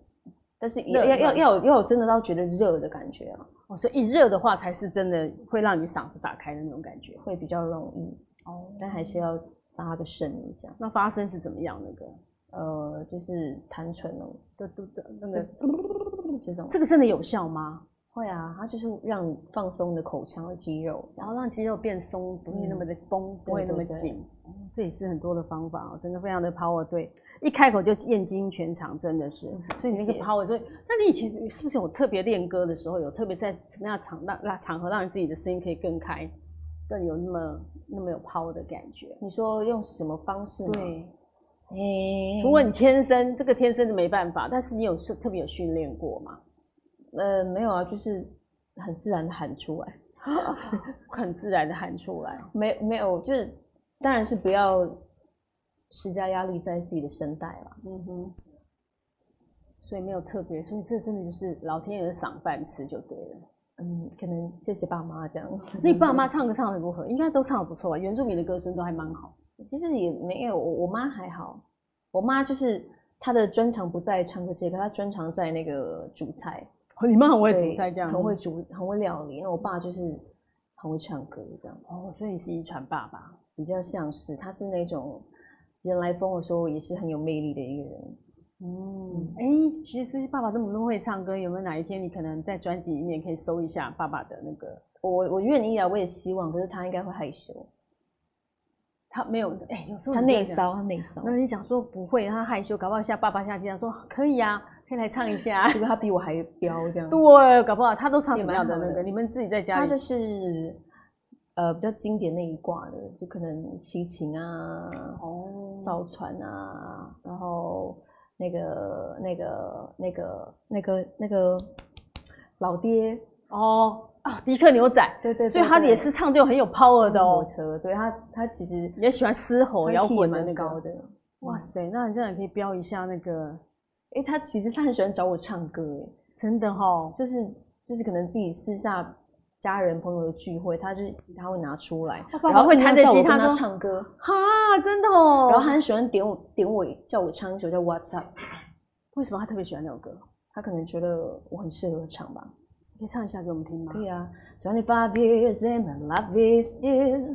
S2: 但是也
S1: 热
S2: 要要
S1: 热
S2: 要要有要有真的到觉得热的感觉啊，
S1: 哦，所以一热的话，才是真的会让你嗓子打开的那种感觉。
S2: 会比较容易，
S1: 哦，
S2: 但还是要发个声一下。
S1: 那发声是怎么样？那个，
S2: 呃，就是弹唇哦，
S1: 嘟嘟嘟，那个，
S2: 这种
S1: 这个真的有效吗？
S2: 会啊，它就是让你放松你的口腔的肌肉，这
S1: 然
S2: 样
S1: 后让肌肉变松，不会那么的绷，不会那么
S2: 对对
S1: 紧。哦这也是很多的方法哦，真的非常的 power 对，一开口就燕京全场，真的是。
S2: 嗯
S1: 所以你那
S2: 谢
S1: 个
S2: 谢
S1: power，所以那你以前是不是有特别练歌的时候，有特别在什么样的场让让场合让你自己的声音可以更开，更有那么那么有 power 的感觉？
S2: 你说用什么方式吗？
S1: 对，
S2: 诶，
S1: 除了你天生这个天生就没办法，但是你有是特别有训练过吗？
S2: 呃没有啊，就是很自然的喊出来。
S1: 很自然的喊出来。
S2: 没没有，就是当然是不要施加压力在自己的声带啦。
S1: 嗯哼，所以没有特别，所以这真的就是老天爷的赏饭吃就对了。
S2: 嗯，可能谢谢爸妈这样。
S1: 那你爸妈唱歌唱的如何？应该都唱的不错吧？原住民的歌声都还蛮好。
S2: 其实也没有，我我妈还好，我妈就是她的专长不在唱歌这个，她专长在那个煮菜，
S1: 你妈很会
S2: 对
S1: 煮菜，这样
S2: 很会。煮，很会料理。那我爸就是很会唱歌这样，
S1: 哦，所以你是遗传爸爸，
S2: 比较像是他是那种人来疯的时候也是很有魅力的一个人。
S1: 嗯，哎、其实爸爸这么多会唱歌，有没有哪一天你可能在专辑里面可以搜一下爸爸的那个？
S2: 我我愿意啊，我也希望，可是他应该会害羞，
S1: 他没有，哎、有时候
S2: 他
S1: 你不
S2: 内
S1: 要讲。
S2: 骚，他内骚
S1: 没，有，你讲说不会，他害羞，搞不好下爸爸下地上说可以啊， 可以来唱一下。
S2: 结果他比我还彪这样。
S1: 对，搞不好他都唱
S2: 也
S1: 什么
S2: 蛮
S1: 样的
S2: 好
S1: 那
S2: 的
S1: 个？你们自己在家
S2: 他
S1: 里
S2: 就是呃比较经典那一挂的，就可能齐秦啊、
S1: 哦
S2: 赵传啊，然后那个那个那个那个那个老爹，
S1: 哦啊，迪克牛仔，
S2: 对对对
S1: 所以他
S2: 对
S1: 也是唱就很有 power 的
S2: 摩
S1: 哦
S2: 托，车，对他他其实
S1: 也喜欢嘶吼
S2: 他
S1: 摇
S2: key 也
S1: 滚的
S2: 蛮
S1: 那
S2: 高
S1: 个。
S2: 的。
S1: 哇
S2: 嗯
S1: 塞，那你这样也可以标一下那个，
S2: 哎、他其实他很喜欢找我唱歌，诶
S1: 真的哈、哦，
S2: 就是就是可能自己私下家人朋友的聚会，他就是他会拿出来，
S1: 爸爸
S2: 然后
S1: 会
S2: 他
S1: 弹着
S2: 叫我
S1: 吉
S2: 跟
S1: 他
S2: 他
S1: 说
S2: 唱歌，
S1: 哈，真的哦。
S2: 然后他很喜欢点我点我叫我唱一首叫 What's Up，
S1: 为什么他特别喜欢那首歌？
S2: 他可能觉得我很适合唱吧。
S1: 你可以唱一下给我们听吗？
S2: 对啊，Twenty five years and my life is still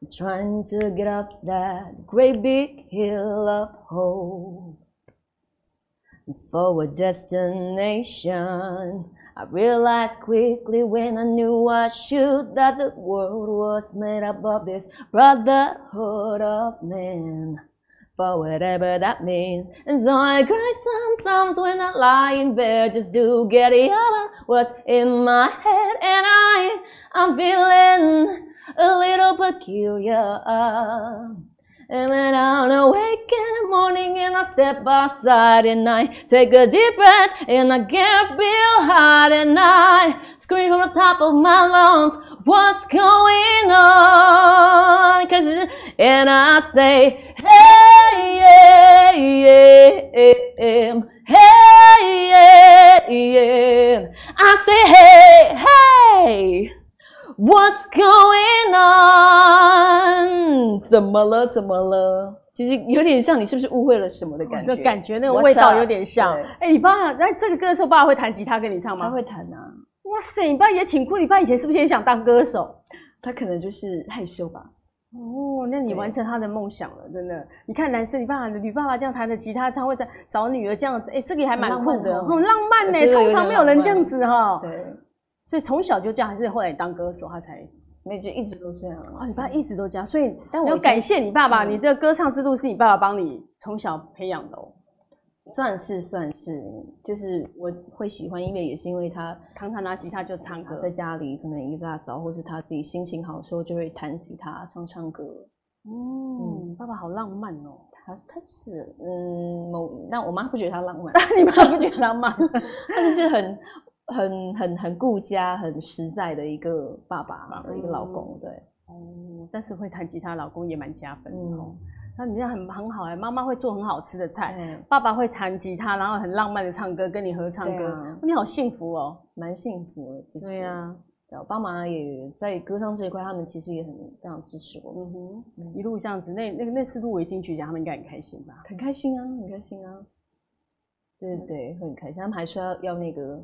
S2: I'm trying to get up that great big hill of hope for a destination. I realized quickly when I knew I should that the world was made up of this brotherhood of men. For whatever that means. And so I cry sometimes when I lie in bed just to get it out of what's in my head. And I, I'm feeling a little peculiar. And when I'm awake in the morning and I step outside and I take a deep breath and I get real hot and I scream from the top of my lungs, what's going on? 'Cause it- and I say, hey, yeah, yeah, yeah, hey, yeah, yeah. I say, hey, hey. What's going on？怎么了？怎么了？其实有点像你是不是误会了什么的感觉？
S1: 哦就感觉那个
S2: What's
S1: 味道
S2: up？
S1: 有点像
S2: 对。
S1: 哎、你爸那这个歌的时候，爸爸会弹吉他跟你唱
S2: 他
S1: 吗？
S2: 会弹啊，
S1: 哇塞，你爸也挺酷。你爸以前是不是也想当歌手？
S2: 他可能就是害羞吧。
S1: 哦，那你
S2: 对
S1: 完成他的梦想了，真的。你看男生，你爸你爸爸这样弹着吉他唱，会在找女儿这样子，哎、这个也还
S2: 很
S1: 蛮
S2: 浪
S1: 酷
S2: 漫
S1: 的，
S2: 哦
S1: 很浪漫呢、
S2: 这个有
S1: 通
S2: 点
S1: 常没有人这样子哈、
S2: 对，
S1: 所以从小就这样，还是后来当歌手他才
S2: 那就一直都这样
S1: 哦，
S2: 啊。
S1: 你爸一直都这样，所以
S2: 但
S1: 你
S2: 我
S1: 要
S2: 以前
S1: 感谢你爸爸，
S2: 嗯
S1: 你这个歌唱之路是你爸爸帮你从小培养的哦，
S2: 算是算是，就是我会喜欢音乐，也是因为他
S1: 常常拿吉他就唱
S2: 他
S1: 歌嗯
S2: 在。家里可能一大早，或是他自己心情好的时候，就会弹吉他唱唱歌。
S1: 嗯，爸爸好浪漫哦，
S2: 他他就是嗯某，那我妈不觉得他浪漫，
S1: 你爸不觉得浪 漫？
S2: 他就是很很很很顾家、很实在的一个爸爸，一个老公，对，
S1: 哦，但是会弹吉他，老公也蛮加分的哦
S2: 嗯。，
S1: 那你这样很很好哎，妈妈会做很好吃的菜，
S2: 哎，
S1: 爸爸会弹吉他，然后很浪漫的唱歌，跟你合唱
S2: 对
S1: 歌
S2: 啊，
S1: 你好幸福哦。
S2: 蛮幸福的，其实。
S1: 对啊呀，
S2: 对，我啊爸妈也在歌唱这一块，他们其实也很非常支持我们，
S1: 嗯哼，一路这样子，那那那四部围巾曲奖，他们应该很开心吧？
S2: 很开心啊，很开心啊，对
S1: 嗯
S2: 对，会很开心。他们还说要要那个，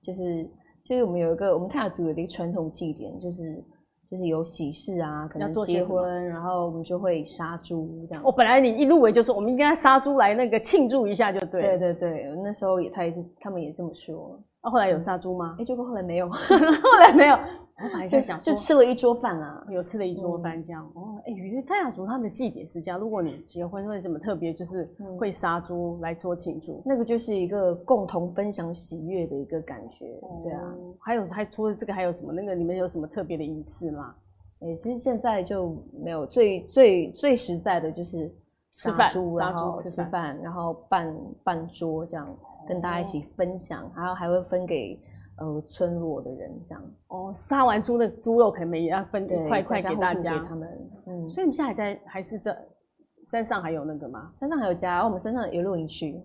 S2: 就是就是我们有一个我们泰雅族有一个传统祭典，就是。就是有喜事啊，可
S1: 要
S2: 能
S1: 做些
S2: 结
S1: 什么
S2: 婚，然后我们就会杀猪这样。
S1: 哦我本来你一入围就说，我们应该杀猪来那个庆祝一下就对了。
S2: 对对对，那时候也他也是他们也这么说。
S1: 啊，后来有杀猪吗
S2: 哎、？结果后来没 有，
S1: 后来没有，我本来在想
S2: 就
S1: 说，
S2: 吃了一桌饭啦。
S1: 有吃了一桌饭这样。哦，哎、原来泰雅族他们的祭典是这样，如果你结婚或者什么特别，就是
S2: 嗯
S1: 会杀猪来做庆祝。
S2: 那个就是一个共同分享喜悦的一个感觉，对啊。
S1: 哦，还有还除了这个还有什么？那个你们有什么特别的仪式吗？
S2: 哎、其实现在就没有最最最实在的就是
S1: 吃
S2: 杀
S1: 饭
S2: 猪
S1: 杀
S2: 然
S1: 猪
S2: 后
S1: 吃
S2: 吃
S1: 饭哦
S2: 饭，然后办办桌这样，跟大家一起分享，然后还会分给呃村落的人这样，
S1: 哦，杀完猪的猪肉可能也要分一
S2: 对，
S1: 块一
S2: 家
S1: 块给
S2: 家户
S1: 大
S2: 户
S1: 家。
S2: 给他们，嗯。
S1: 所以你们现在还在还是这山上还有那个吗？
S2: 山上还有家，我们山上有露营区，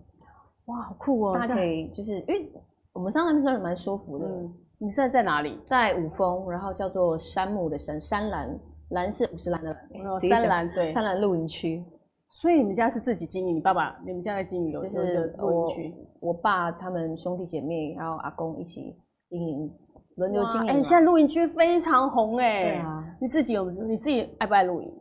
S1: 哇，好酷哦！
S2: 大家
S1: 这
S2: 可
S1: 样
S2: 以就是因为我们上那边真的蛮舒服的，
S1: 嗯，你现在在哪里？
S2: 在五峰，然后叫做山木的山，山兰，兰是五十兰的
S1: 哦
S2: 兰，哎直接讲
S1: 山兰对，
S2: 山兰露营区，
S1: 所以你们家是自己经营，你爸爸你们家在经营有
S2: 就
S1: 有一个
S2: 是
S1: 露营
S2: 我
S1: 区，
S2: 我爸他们兄弟姐妹还有阿公一起经营轮流经营
S1: 哇
S2: 嘛。
S1: 哎、现在露营区非常红哎、
S2: 对啊，
S1: 你自己有你自己爱不爱露营？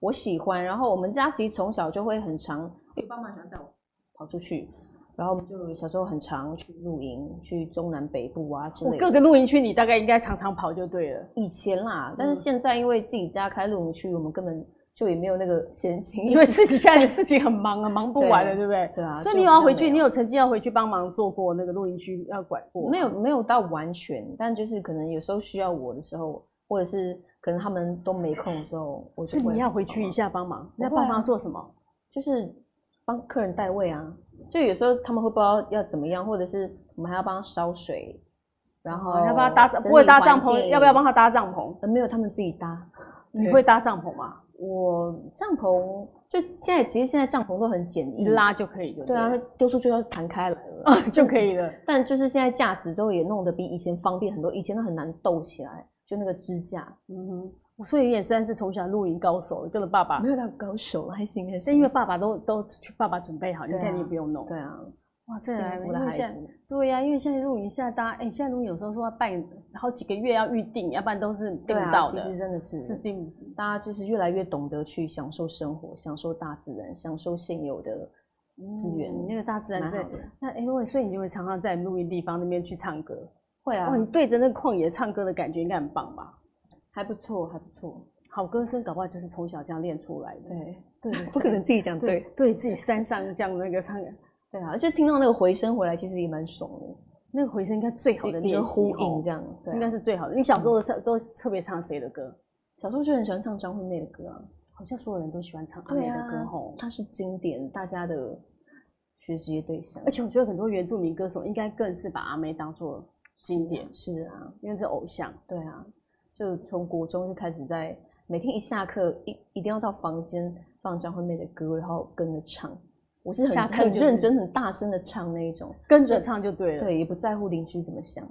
S2: 我喜欢。然后我们家其实从小就会很常，因为爸妈喜欢带我跑出去，然后我们就小时候很常去露营，去中南北部啊之
S1: 我
S2: 类
S1: 各
S2: 的。
S1: 个露营区你大概应该常常跑就对了。
S2: 以前啦，
S1: 嗯
S2: 但是现在因为自己家开露营区，我们根本就也没有那个闲情，
S1: 因为自 己现在的事情很忙啊，忙不完了，对
S2: 对
S1: 不对？
S2: 对啊
S1: 所以
S2: 就
S1: 你有
S2: 比
S1: 要
S2: 较
S1: 回去，
S2: 没有
S1: 你有曾经要回去帮忙做过那个露营区要管过吗？
S2: 没有没有到完全，但就是可能有时候需要我的时候，或者是可能他们都没空的时候，我
S1: 所
S2: 就
S1: 以
S2: 会啊
S1: 你要回去一下帮忙，你要
S2: 不会
S1: 帮
S2: 啊
S1: 忙做什么？
S2: 就是帮客人带位啊。就有时候他们会不知道要怎么样，或者是我们还要帮他烧水，然后
S1: 哦要不要搭帐？
S2: 哦整
S1: 不会
S2: 理
S1: 搭
S2: 环
S1: 帐篷，
S2: 境
S1: 要不要帮他搭帐篷？
S2: 呃，没有，他们自己搭。
S1: 你
S2: 对嗯
S1: 会搭帐篷吗？
S2: 我帐篷就现在，其实现在帐篷都很简易
S1: 一，拉就可以就
S2: 对啊
S1: 了，
S2: 丢出去要弹 开来了。
S1: 啊就可以了。
S2: 但就是现在架子都也弄得比以前方便很多，以前都很难斗起来，就那个支架。
S1: 嗯哼，我所以也算是从小露营高手了，跟了爸爸
S2: 没。有到高手，还行还
S1: 是
S2: 行。
S1: 啊因为爸爸都都去爸爸准备好，你
S2: 对啊
S1: 看你也不用弄。
S2: 对啊，
S1: 哇，这还
S2: 幸
S1: 没因
S2: 福的
S1: 为
S2: 孩
S1: 现在
S2: 子，
S1: 对呀、因为现在露营现在大家，哎、现在露营有时候说要办好几个月要预定，要不然都是订
S2: 对啊，
S1: 到
S2: 其
S1: 的，
S2: 实真的
S1: 是
S2: 是
S1: 订
S2: 大家就是越来越懂得去享受生活，享受大自然，享受现有的资源，
S1: 嗯那个大自然
S2: 蛮
S1: 真
S2: 好
S1: 的。
S2: 的。
S1: 那哎，我所以你就会常常在露营地方那边去唱歌。
S2: 会啊
S1: 哇，，你对着那个旷野唱歌的感觉应该很棒吧？
S2: 还不错，还不错。
S1: 好歌声搞不好就是从小这样练出来的。
S2: 对，
S1: 对，
S2: 不可能自己讲
S1: 对
S2: 嗯对。
S1: 对自己山上这样那个唱，
S2: 对啊，而且听到那个回声回来，其实也蛮爽的，
S1: 那个回声应该最好的
S2: 一
S1: 练
S2: 个
S1: 习
S2: 呼
S1: 哦
S2: 应这样。对啊嗯
S1: 应该是最好的。你小时候唱都特别唱谁的歌？
S2: 小时候就很喜欢唱张惠妹的歌啊，
S1: 好像所有人都喜欢唱阿妹的歌吼。
S2: 她是经典，大家的学习对象，
S1: 而且我觉得很多原住民歌手应该更是把阿妹当做经典，
S2: 是啊，
S1: 因为是偶像。
S2: 对啊，就从国中就开始在每天一下课一一定要到房间放张惠妹的歌，然后跟着唱。我是
S1: 下
S2: 很
S1: 课
S2: 很
S1: 就是
S2: 认真、很大声的唱那一种，
S1: 跟着唱就对了。，啊
S2: 对，也不在乎邻居怎么想。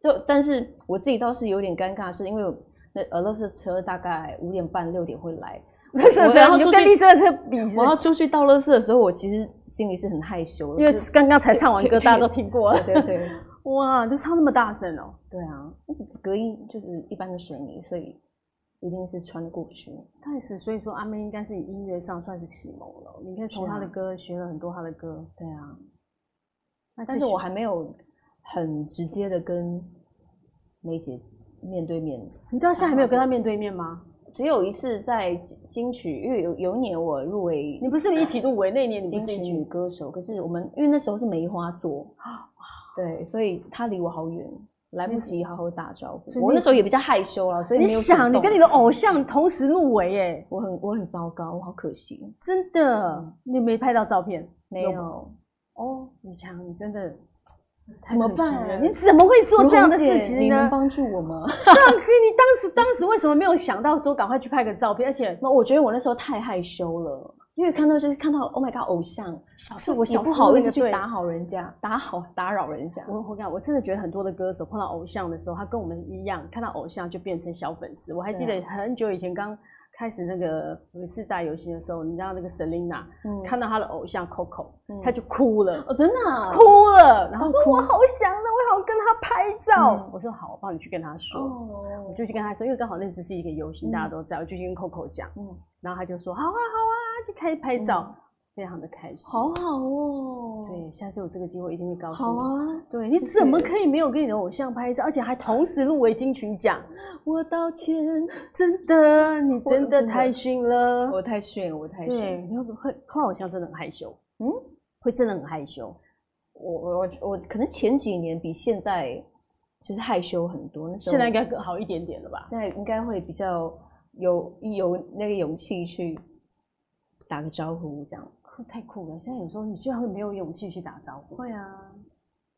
S2: 就但是我自己倒是有点尴尬，是因为我那呃，垃圾车大概五点半六点会来，
S1: 那是
S2: 我
S1: 这
S2: 然
S1: 样，
S2: 后
S1: 你就
S2: 出
S1: 跟
S2: 去
S1: 丽莎车比是，
S2: 我要出去倒垃圾的时候，我其实心里是很害羞的，
S1: 因为
S2: 就
S1: 刚刚才唱完歌，
S2: 对
S1: 大家都听过了。
S2: 对对对
S1: 哇，就唱那么大声哦！
S2: 对啊，隔音就是一般的水泥，所以一定是穿得过去。
S1: 开始，所以说阿妹应该是以音乐上算是启蒙了。你可以从
S2: 是啊
S1: 她的歌学了很多她的歌。
S2: 对啊，
S1: 那
S2: 但
S1: 继
S2: 是我
S1: 续
S2: 还没有很直接的跟梅姐面对面，
S1: 你知道现在还没有跟她面对面吗？
S2: 只有一次在金金曲，因为有有一年我入围
S1: 你不是一起入围那一年，你哦
S2: 金
S1: 不是
S2: 曲
S1: 一起？
S2: 女歌手，可是我们因为那时候是梅花座，对，所以她离我好远，来不及好好打招
S1: 所
S2: 呼。
S1: 以
S2: 我
S1: 那
S2: 那时候也比较害羞了，所以
S1: 你
S2: 没有主
S1: 想，你
S2: 动
S1: 跟你的偶像同时入围耶，
S2: 我很我很糟糕，我好可惜，
S1: 真的
S2: 嗯，
S1: 你没拍到照片？
S2: 没
S1: 有
S2: 有。
S1: 哦，宇强，你真的太
S2: 怎么
S1: 可惜
S2: 办啊
S1: 了你怎么会做这样的事情
S2: 如虹姐
S1: 呢？
S2: 你能帮助我吗？
S1: 对啊，可以你当时当时为什么没有想到说赶快去拍个照片？而且
S2: 那我觉得我那时候太害羞了，因为看到就是看到 Oh my God 偶像，
S1: 小时
S2: 就
S1: 候我
S2: 也
S1: 小
S2: 不
S1: 时候
S2: 好意
S1: 那
S2: 思
S1: 个
S2: 去
S1: 对
S2: 打好人家，打好打扰人家。
S1: 我我讲，我真的觉得很多的歌手碰到偶像的时候，他跟我们一样，看到偶像就变成小粉丝。我还记
S2: 对啊
S1: 得很久以前刚开始那个有一次大游行的时候，你知道那个 Selina
S2: 嗯，
S1: 看到她的偶像 Coco，
S2: 嗯
S1: 她就哭了，
S2: 哦，真的啊
S1: 哭了，然后
S2: 哦
S1: 说
S2: 哭
S1: 我好想她，我好想跟她拍照
S2: 嗯。
S1: 我说好，我帮你去跟她说。我
S2: 哦，
S1: 就去跟她说，因为刚好那次是一个游行，
S2: 嗯
S1: 大家都在，我就去跟 Coco 讲，
S2: 嗯，
S1: 然后她就说好啊好啊，就开始拍照，非常的开心。
S2: 好好哦，，
S1: 对，下次有这个机会一定会告诉
S2: 好
S1: 你。
S2: 啊，
S1: 对，你
S2: 谢
S1: 怎么
S2: 谢
S1: 可以没有跟你的偶像拍照，而且还同时入围金曲奖？
S2: 我道歉，
S1: 真的，你
S2: 我
S1: 真的
S2: 真的
S1: 太逊了。
S2: 我太逊了，我太逊
S1: 对，
S2: 了，
S1: 你会不会碰偶像真的很害羞？嗯
S2: 嗯，
S1: 会真的很害羞。
S2: 我我我我可能前几年比现在就是害羞很多，那时候
S1: 现在应该更好一点点了吧？
S2: 现在应该会比较有有那个勇气去打个招呼，这样。
S1: 太酷了！现在有时候你居然会没有勇气去打招呼。
S2: 会啊，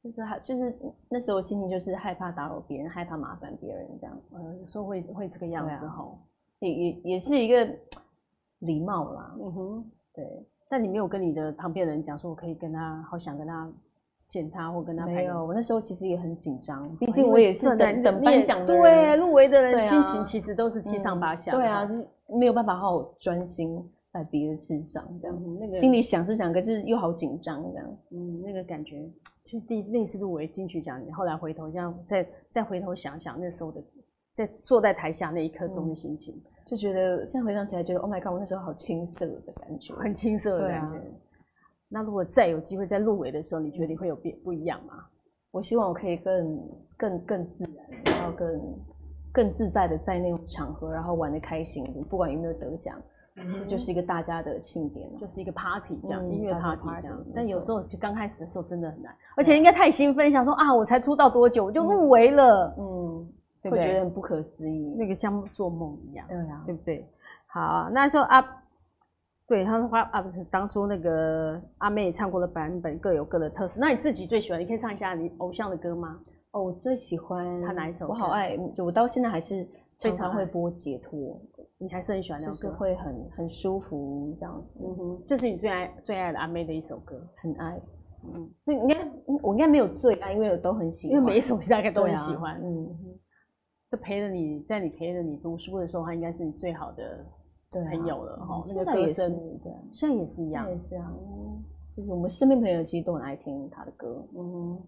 S2: 就是还就是那时候心情就是害怕打扰别人，害怕麻烦别人，这样
S1: 呃，有时候会会这个样子
S2: 对啊
S1: 吼。
S2: 也也也是一个礼貌啦。
S1: 嗯哼，
S2: 对，
S1: 但你没有跟你的旁边的人讲说，我可以跟他，好想跟他见他或跟他拍
S2: 没
S1: 个哦
S2: 有，我那时候其实也很紧张，毕
S1: 毕
S2: 竟我也是等等颁奖的
S1: 对
S2: 人，
S1: 入围的人
S2: 对啊
S1: 心情其实都是七上八下、
S2: 对啊，，就是没有办法好好专心在别的事上，这样、
S1: 嗯那个
S2: 心里想是想，可是又好紧张，这样
S1: 嗯，那个感觉就第一次那一次入围金曲奖，你后来回头这样再再回头想想那时候的，在坐在台下那一刻
S2: 嗯
S1: 钟的心情，
S2: 就觉得现在回想起来，觉得 Oh my God，我那时候好青涩的感觉。
S1: 很青涩的
S2: 对
S1: 感
S2: 啊
S1: 觉。那如果再有机会再入围的时候，你觉得
S2: 嗯
S1: 你会有变不一样吗？
S2: 我希望我可以更更更自然，然后更更自在的在那种场合，然后玩的开心，不管有没有得奖，这就是一个大家的庆典啊嘛。
S1: 就是一个 party 这样，
S2: 嗯
S1: 音乐
S2: 大
S1: party
S2: 家
S1: 这
S2: party，
S1: 样
S2: 没。
S1: 但有
S2: 错
S1: 时候就刚开始的时候真的很难，而且应该太兴奋，想说啊，我才出道多久我就入围了，
S2: 嗯，
S1: 对不
S2: 会
S1: 对
S2: 觉得很不可思议。
S1: 那个像做梦一样，
S2: 对啊，
S1: 对不对？好啊，那时候阿，对，他们花啊不是当初那个阿妹也唱过的版本各有各的特色。那你自己最喜欢，你可以唱一下你偶像的歌吗？
S2: 哦，我最喜欢
S1: 他哪一首
S2: 我好
S1: 歌
S2: 爱，就我到现在还是
S1: 最
S2: 常常
S1: 常
S2: 会
S1: 爱
S2: 播解脱，
S1: 你还是很喜欢那
S2: 就
S1: 首
S2: 是
S1: 歌，
S2: 会很很舒服这样子，
S1: 嗯哼，这是你最爱最爱的阿妹的一首歌，
S2: 很爱。
S1: 嗯，
S2: 那应该我应该没有最爱，因为我都很喜
S1: 因
S2: 欢，
S1: 为每一首你大概都
S2: 对
S1: 很
S2: 啊
S1: 喜欢，
S2: 嗯，
S1: 这陪着你在你陪着你读书的时候，他应该是你最好的
S2: 对啊，
S1: 朋友了哈、
S2: 嗯
S1: 那个
S2: 现在
S1: 歌
S2: 也是
S1: 声
S2: 对啊。
S1: 现在也是一样
S2: 那，也是啊，就是我们身边朋友其实都很爱听他的歌。
S1: 嗯哼。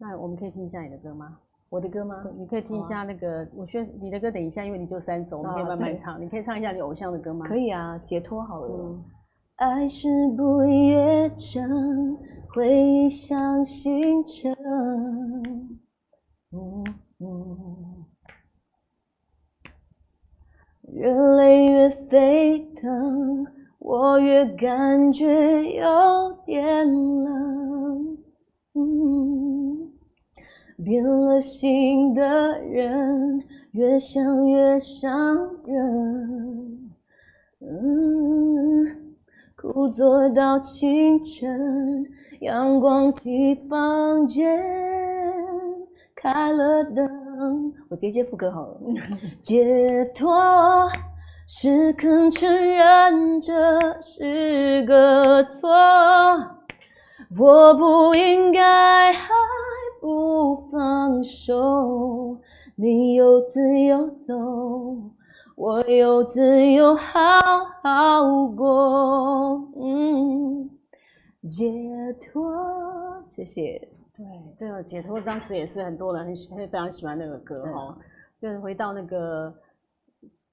S1: 那我们可以听一下你的歌吗？
S2: 我的歌吗？
S1: 你可以听一下那个，我宣你的歌，等一下，因为你就三首，我们可以
S2: 啊
S1: 慢慢
S2: 对
S1: 唱。你可以唱一下你偶像的歌吗？
S2: 可以啊，解脱好了。
S1: 嗯
S2: 爱是不夜城，回忆像星辰。嗯嗯越累越沸腾，我越感觉有点冷。嗯，变了心的人，越想越伤人。嗯，故作到清晨，阳光替房间开了灯。我直接接副歌好了。解脱是肯承认这是个错，我不应该还不放手，你有自由走。我有自由好好过，嗯，解脱，谢谢。
S1: 对，这个解脱当时也是很多人很喜非常喜欢那个歌
S2: 对啊
S1: 哈、就是回到那个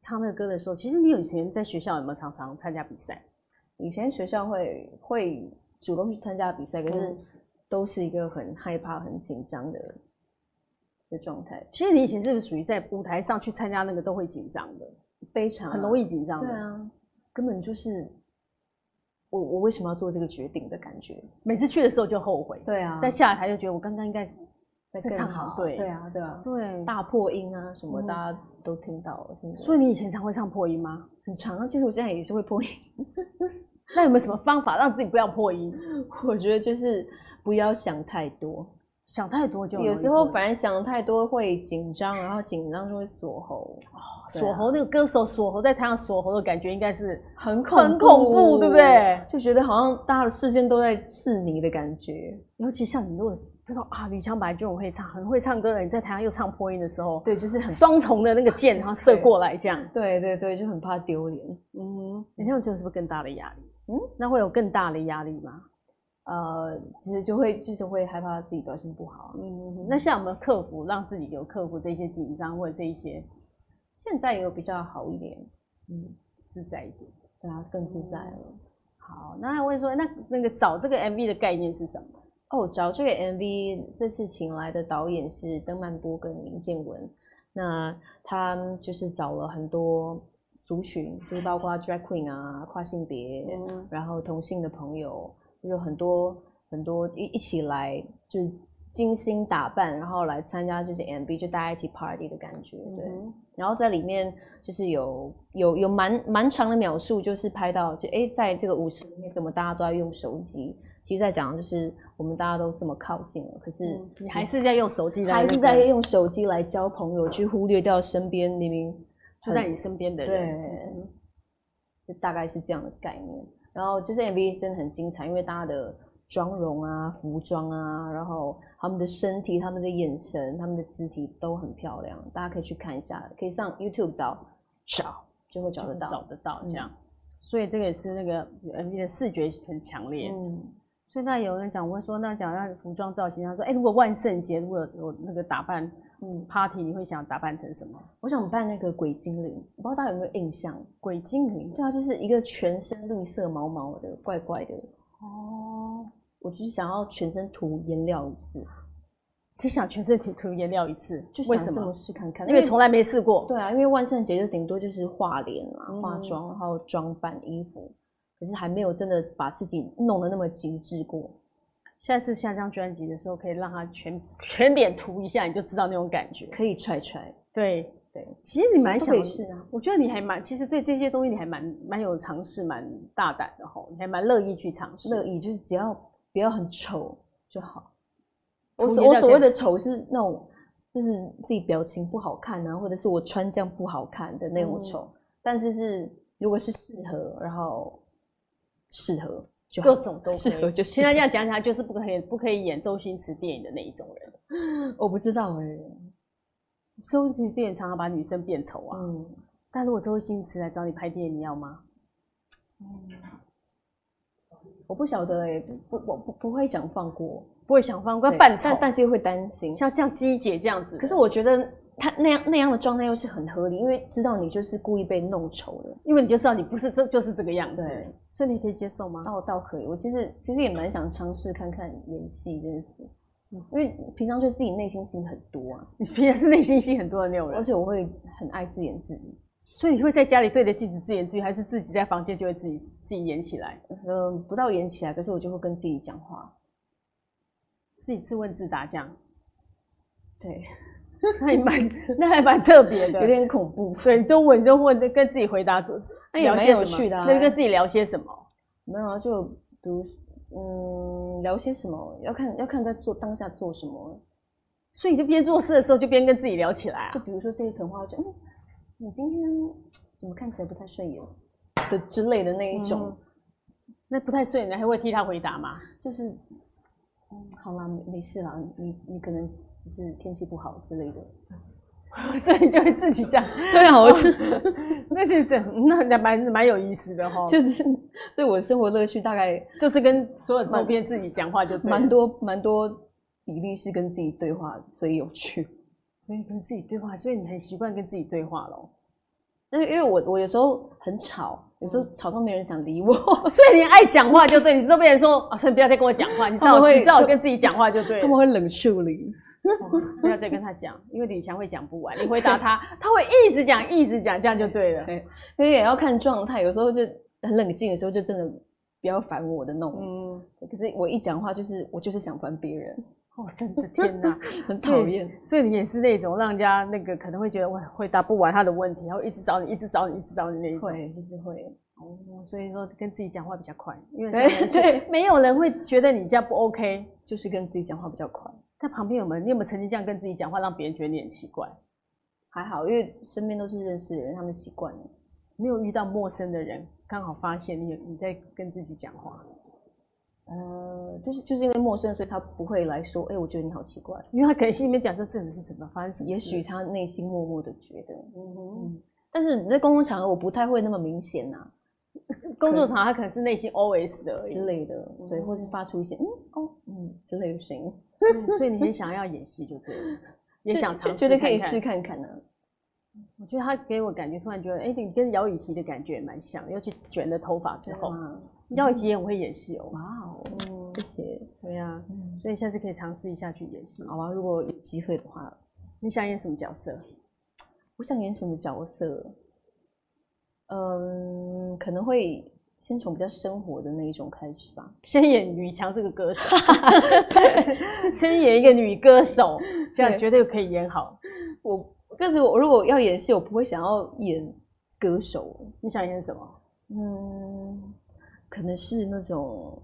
S1: 唱那个歌的时候，其实你有以前在学校有没有常常参加比赛？
S2: 以前学校会会主动去参加比赛，可是
S1: 嗯
S2: 都是一个很害怕、很紧张的的状态，
S1: 其实你以前是不是属于在舞台上去参加那个都会紧张的，
S2: 非常
S1: 很容
S2: 易。
S1: 易紧张
S2: 对
S1: 的？
S2: 啊，根本就是我我为什么要做这个决定的感觉。
S1: 每次去的时候就后悔，
S2: 对啊
S1: 但下台就觉得我刚刚应该
S2: 在
S1: 再唱好对
S2: 对啊，对啊，
S1: 对。
S2: 大破音啊什么，
S1: 嗯
S2: 大家都听到了，听过
S1: 所以你以前常会唱破音吗？
S2: 很长啊。其实我现在也是会破音。
S1: 那有没有什么方法让自己不要破音？
S2: 我觉得就是不要想太多，
S1: 想太多就很
S2: 有
S1: 容易
S2: 时候
S1: 破音
S2: 反而想太多会紧张，然后紧张就会锁喉，对啊
S1: 锁喉那个歌手锁喉在台上锁喉的感觉应该是
S2: 很恐
S1: 很恐怖，对不？对？
S2: 就觉得好像大家的视线都在刺你的感觉。
S1: 尤其像你如果知道啊，李强白就很会唱，很会唱歌的，你在台上又唱破音的时候，
S2: 对，就是很
S1: 双重的那个箭然后射
S2: 对
S1: 过来 这样，
S2: 对对对，就很怕丢脸。
S1: 嗯，你那样觉得是不是更大的压力？嗯
S2: 嗯，
S1: 那会有更大的压力吗？
S2: 呃，其实就会就是会害怕自己表现不好。啊
S1: 嗯，那像我们克服，让自己有克服这些紧张或者这一些
S2: 现在也有比较好一点，嗯，
S1: 自在一点。
S2: 对啊，更自在了。
S1: 好，那我问说，那那个找这个 MV 的概念是什么？
S2: 哦，找这个 MV 这次请来的导演是邓曼波跟林建文，那他就是找了很多族群，就是包括 drag queen 啊、跨性别，
S1: 嗯
S2: 然后同性的朋友，有很多很多一一起来，就是精心打扮，然后来参加这些 MV，就大家一起 party 的感觉，对。
S1: 嗯
S2: 然后在里面就是有有有蛮蛮长的描述，就是拍到就诶，在这个舞池里面，怎么大家都在用手机？其实在讲的就是我们大家都这么靠近了，可是
S1: 嗯，你还是在用手机来那
S2: 还
S1: 个，
S2: 是在用手机来交朋友，去忽略掉身边明明
S1: 就在你身边的人。
S2: 对，就大概是这样的概念。然后就是 MV 真的很精彩，因为大家的妆容啊、服装啊，然后他们的身体、他们的眼神、他们的肢体都很漂亮，大家可以去看一下，可以上 YouTube 找找就会找得到。
S1: 找得到这
S2: 嗯
S1: 呃样。所以这个也是那个 MV 的视觉很强烈，
S2: 嗯，
S1: 所以那有人讲，我说那讲到服装造型，他说，哎、如果万圣节如果有那个打扮
S2: 嗯，
S1: party，你会想打扮成什么？
S2: 我想扮那个鬼精灵，我不知道大家有没有印象？
S1: 鬼精灵
S2: 对啊，就是一个全身绿色毛毛的，怪怪的。
S1: 哦，
S2: 我就是想要全身涂颜料一次，
S1: 只想全身涂涂颜料一次，
S2: 就
S1: 为
S2: 想
S1: 什
S2: 这么
S1: 么？
S2: 试看看。
S1: 因为从来没试过。
S2: 对啊，因为万圣节就顶多就是画脸啊、化
S1: 嗯
S2: 妆，然后装扮衣服，可是还没有真的把自己弄得那么极致过。
S1: 下次下张专辑的时候，可以让他全全脸涂一下，你就知道那种感觉。
S2: 可以揣揣，
S1: 对
S2: 对，
S1: 其实你蛮
S2: 都
S1: 想
S2: 可以，试啊。
S1: 我觉得你还蛮，其实对这些东西你还蛮蛮有尝试，蛮大胆的吼，你还蛮乐意去尝试。
S2: 乐意就是只要不要很丑就好。
S1: 涂
S2: 我所
S1: 颜料
S2: 我
S1: 可以
S2: 所谓的丑是那种，就是自己表情不好看啊，或者是我穿这样不好看的那种
S1: 嗯
S2: 丑。但是是如果是适合，然后适合就好
S1: 各种都
S2: 适
S1: 可
S2: 合
S1: 以。
S2: 就
S1: 现 在这
S2: 适
S1: 样讲起来，就是不可以不可以演周星驰电影的那一种人。
S2: 合我不知道哎、
S1: 周星驰电影常常把女生变丑啊，
S2: 嗯，
S1: 但如果周星驰来找你拍电影，你要吗？
S2: 我不晓得哎、不不我不不会想放过，
S1: 不会想放过
S2: 对
S1: 扮丑
S2: 但，但是又会担心。
S1: 像像鸡姐这样子的。
S2: 可是我觉得他那样那样的状态又是很合理，因为知道你就是故意被弄丑的。
S1: 因为你就知道你不是这就是这个样
S2: 对
S1: 子，所以你可以接受吗？
S2: 倒倒可以，我其实其实也蛮想尝试看看演戏这件事，嗯因为平常就自己内心戏很多啊，
S1: 你平常是内心戏很多的那种
S2: 而
S1: 人，
S2: 且我会很爱自言自语，
S1: 所以你会在家里对着镜子自言自语，还是自己在房间就会自己自己演起来，
S2: 嗯、不到演起来，可是我就会跟自己讲话。
S1: 自己自问自答这样？
S2: 对，
S1: 那也蛮那还蛮特别的，
S2: 嗯有点恐怖，
S1: 对，你都问你都问跟自己回答，
S2: 那也
S1: 聊
S2: 蛮
S1: 些什
S2: 有
S1: 么
S2: 趣的、啊。
S1: 那就跟自己聊些什么？
S2: 没有啊，就比如嗯，聊些什么，要看要看在做当下做什么。
S1: 所以你就边做事的时候就边跟自己聊起来
S2: 就
S1: 啊。
S2: 比如说这一盆花，我觉得嗯，你今天怎么看起来不太顺眼的之类的那一种，
S1: 嗯那不太顺眼的还会替他回答吗？
S2: 就是嗯，好啦，没没事啦，你你可能只是天气不好之类的。
S1: 所以你就会自己这样， 哦
S2: 对啊， 我就
S1: 那就这样，那那蛮蛮有意思的哈。就
S2: 就是对我的生活乐趣大概
S1: 就是跟所有周边自己讲话就对了
S2: 蛮多蛮多比例是跟自己对话，所以有趣。
S1: 所以跟自己对话，所以你很习惯跟自己对话咯。
S2: 但是因为我我有时候很吵，有时候吵到没人想理我，
S1: 哦所以你爱讲话就对，你周边人说啊，所以不要再跟我讲话，你知
S2: 他
S1: 道
S2: 们
S1: 我，
S2: 会
S1: 你知道我跟自己讲话就对
S2: 他
S1: 了
S2: 们，会冷处理。
S1: 不要再跟他讲，因为李强会讲不完，你回答他，他会一直讲一直讲，这样就对了。
S2: 对，因为也要看状态，有时候就很冷静的时候，就真的不要烦我的那种。
S1: 嗯，
S2: 可是我一讲话，就是我就是想烦别人，
S1: 哦，真的天哪！
S2: 很讨厌。
S1: 所以你也是那种让人家那个可能会觉得我回答不完他的问题，然后一直找你，一直找你，一直找你那一种。
S2: 会就是会，
S1: 哦，所以说跟自己讲话比较快，因为这
S2: 对
S1: 样人数
S2: 对
S1: 没有人会觉得你这样不 OK。
S2: 就是跟自己讲话比较快。
S1: 但旁边有没有？你有没有曾经这样跟自己讲话，让别人觉得你很奇怪？
S2: 还好，因为身边都是认识的人，他们习惯了。
S1: 没有遇到陌生的人，刚好发现你有你在跟自己讲话，
S2: 呃，就是就是因为陌生，所以他不会来说，哎、我觉得你好奇怪。
S1: 因为他可能心里面讲说这人是怎么发生什么事，
S2: 也许他内心默默的觉得，
S1: 嗯
S2: 但是你在公共场合，我不太会那么明显呐、
S1: 哼工作场合他可能是内心 always 的而已
S2: 之，类的，对，或是
S1: 嗯
S2: 发出一些嗯哦嗯之类的声音，
S1: 嗯所以你很想要演戏就对了，也
S2: 就
S1: 想
S2: 就
S1: 尝试，
S2: 觉得可以试。看看啊呢、
S1: 我觉得他给我感觉突然觉得，哎、你跟姚以缇的感觉也蛮像，尤其卷了头发之
S2: 真的
S1: 后，
S2: 吗
S1: 姚以缇也很会演戏哦。
S2: 哇哦，
S1: 嗯
S2: 谢，谢，
S1: 对呀、啊，
S2: 嗯，
S1: 所以下次可以尝试一下去演戏。
S2: 好吧，啊如果有机会的话，
S1: 你想演什么角色？
S2: 我想演什么角色？嗯，可能会先从比较生活的那一种开始吧。
S1: 先演女强这个 歌手， 先演一个女歌手，这样
S2: 对
S1: 绝对可以演好。
S2: 我，但是我如果要演戏，我不会想要演歌手，
S1: 你想演什么？
S2: 嗯，可能是那种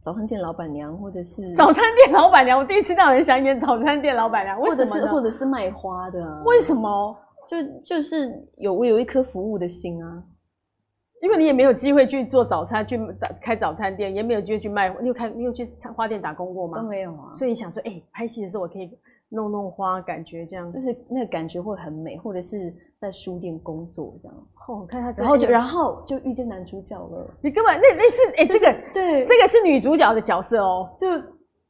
S2: 早餐店老板娘，或者是
S1: 早餐店老板娘，我第一次到有人想演早餐店老板娘，为
S2: 或
S1: 什
S2: 者
S1: 么
S2: 是
S1: 呢？
S2: 或者是卖花的、啊，
S1: 为什么？
S2: 就就是有我有一颗服务的心啊。
S1: 因为你也没有机会去做早餐，去 打开早餐店，也没有机会去卖。你有开，你有去花店打工过吗？
S2: 都没有啊，
S1: 所以你想说，哎、拍戏的时候我可以弄弄花，感觉这样
S2: 就。是那个感觉会很美，或者是在书店工作这样，
S1: 哦，我看他真的，
S2: 然后就然后就遇见男主角了，
S1: 你根本那那是哎，这个
S2: 对
S1: 这个是女主角的角色哦，
S2: 就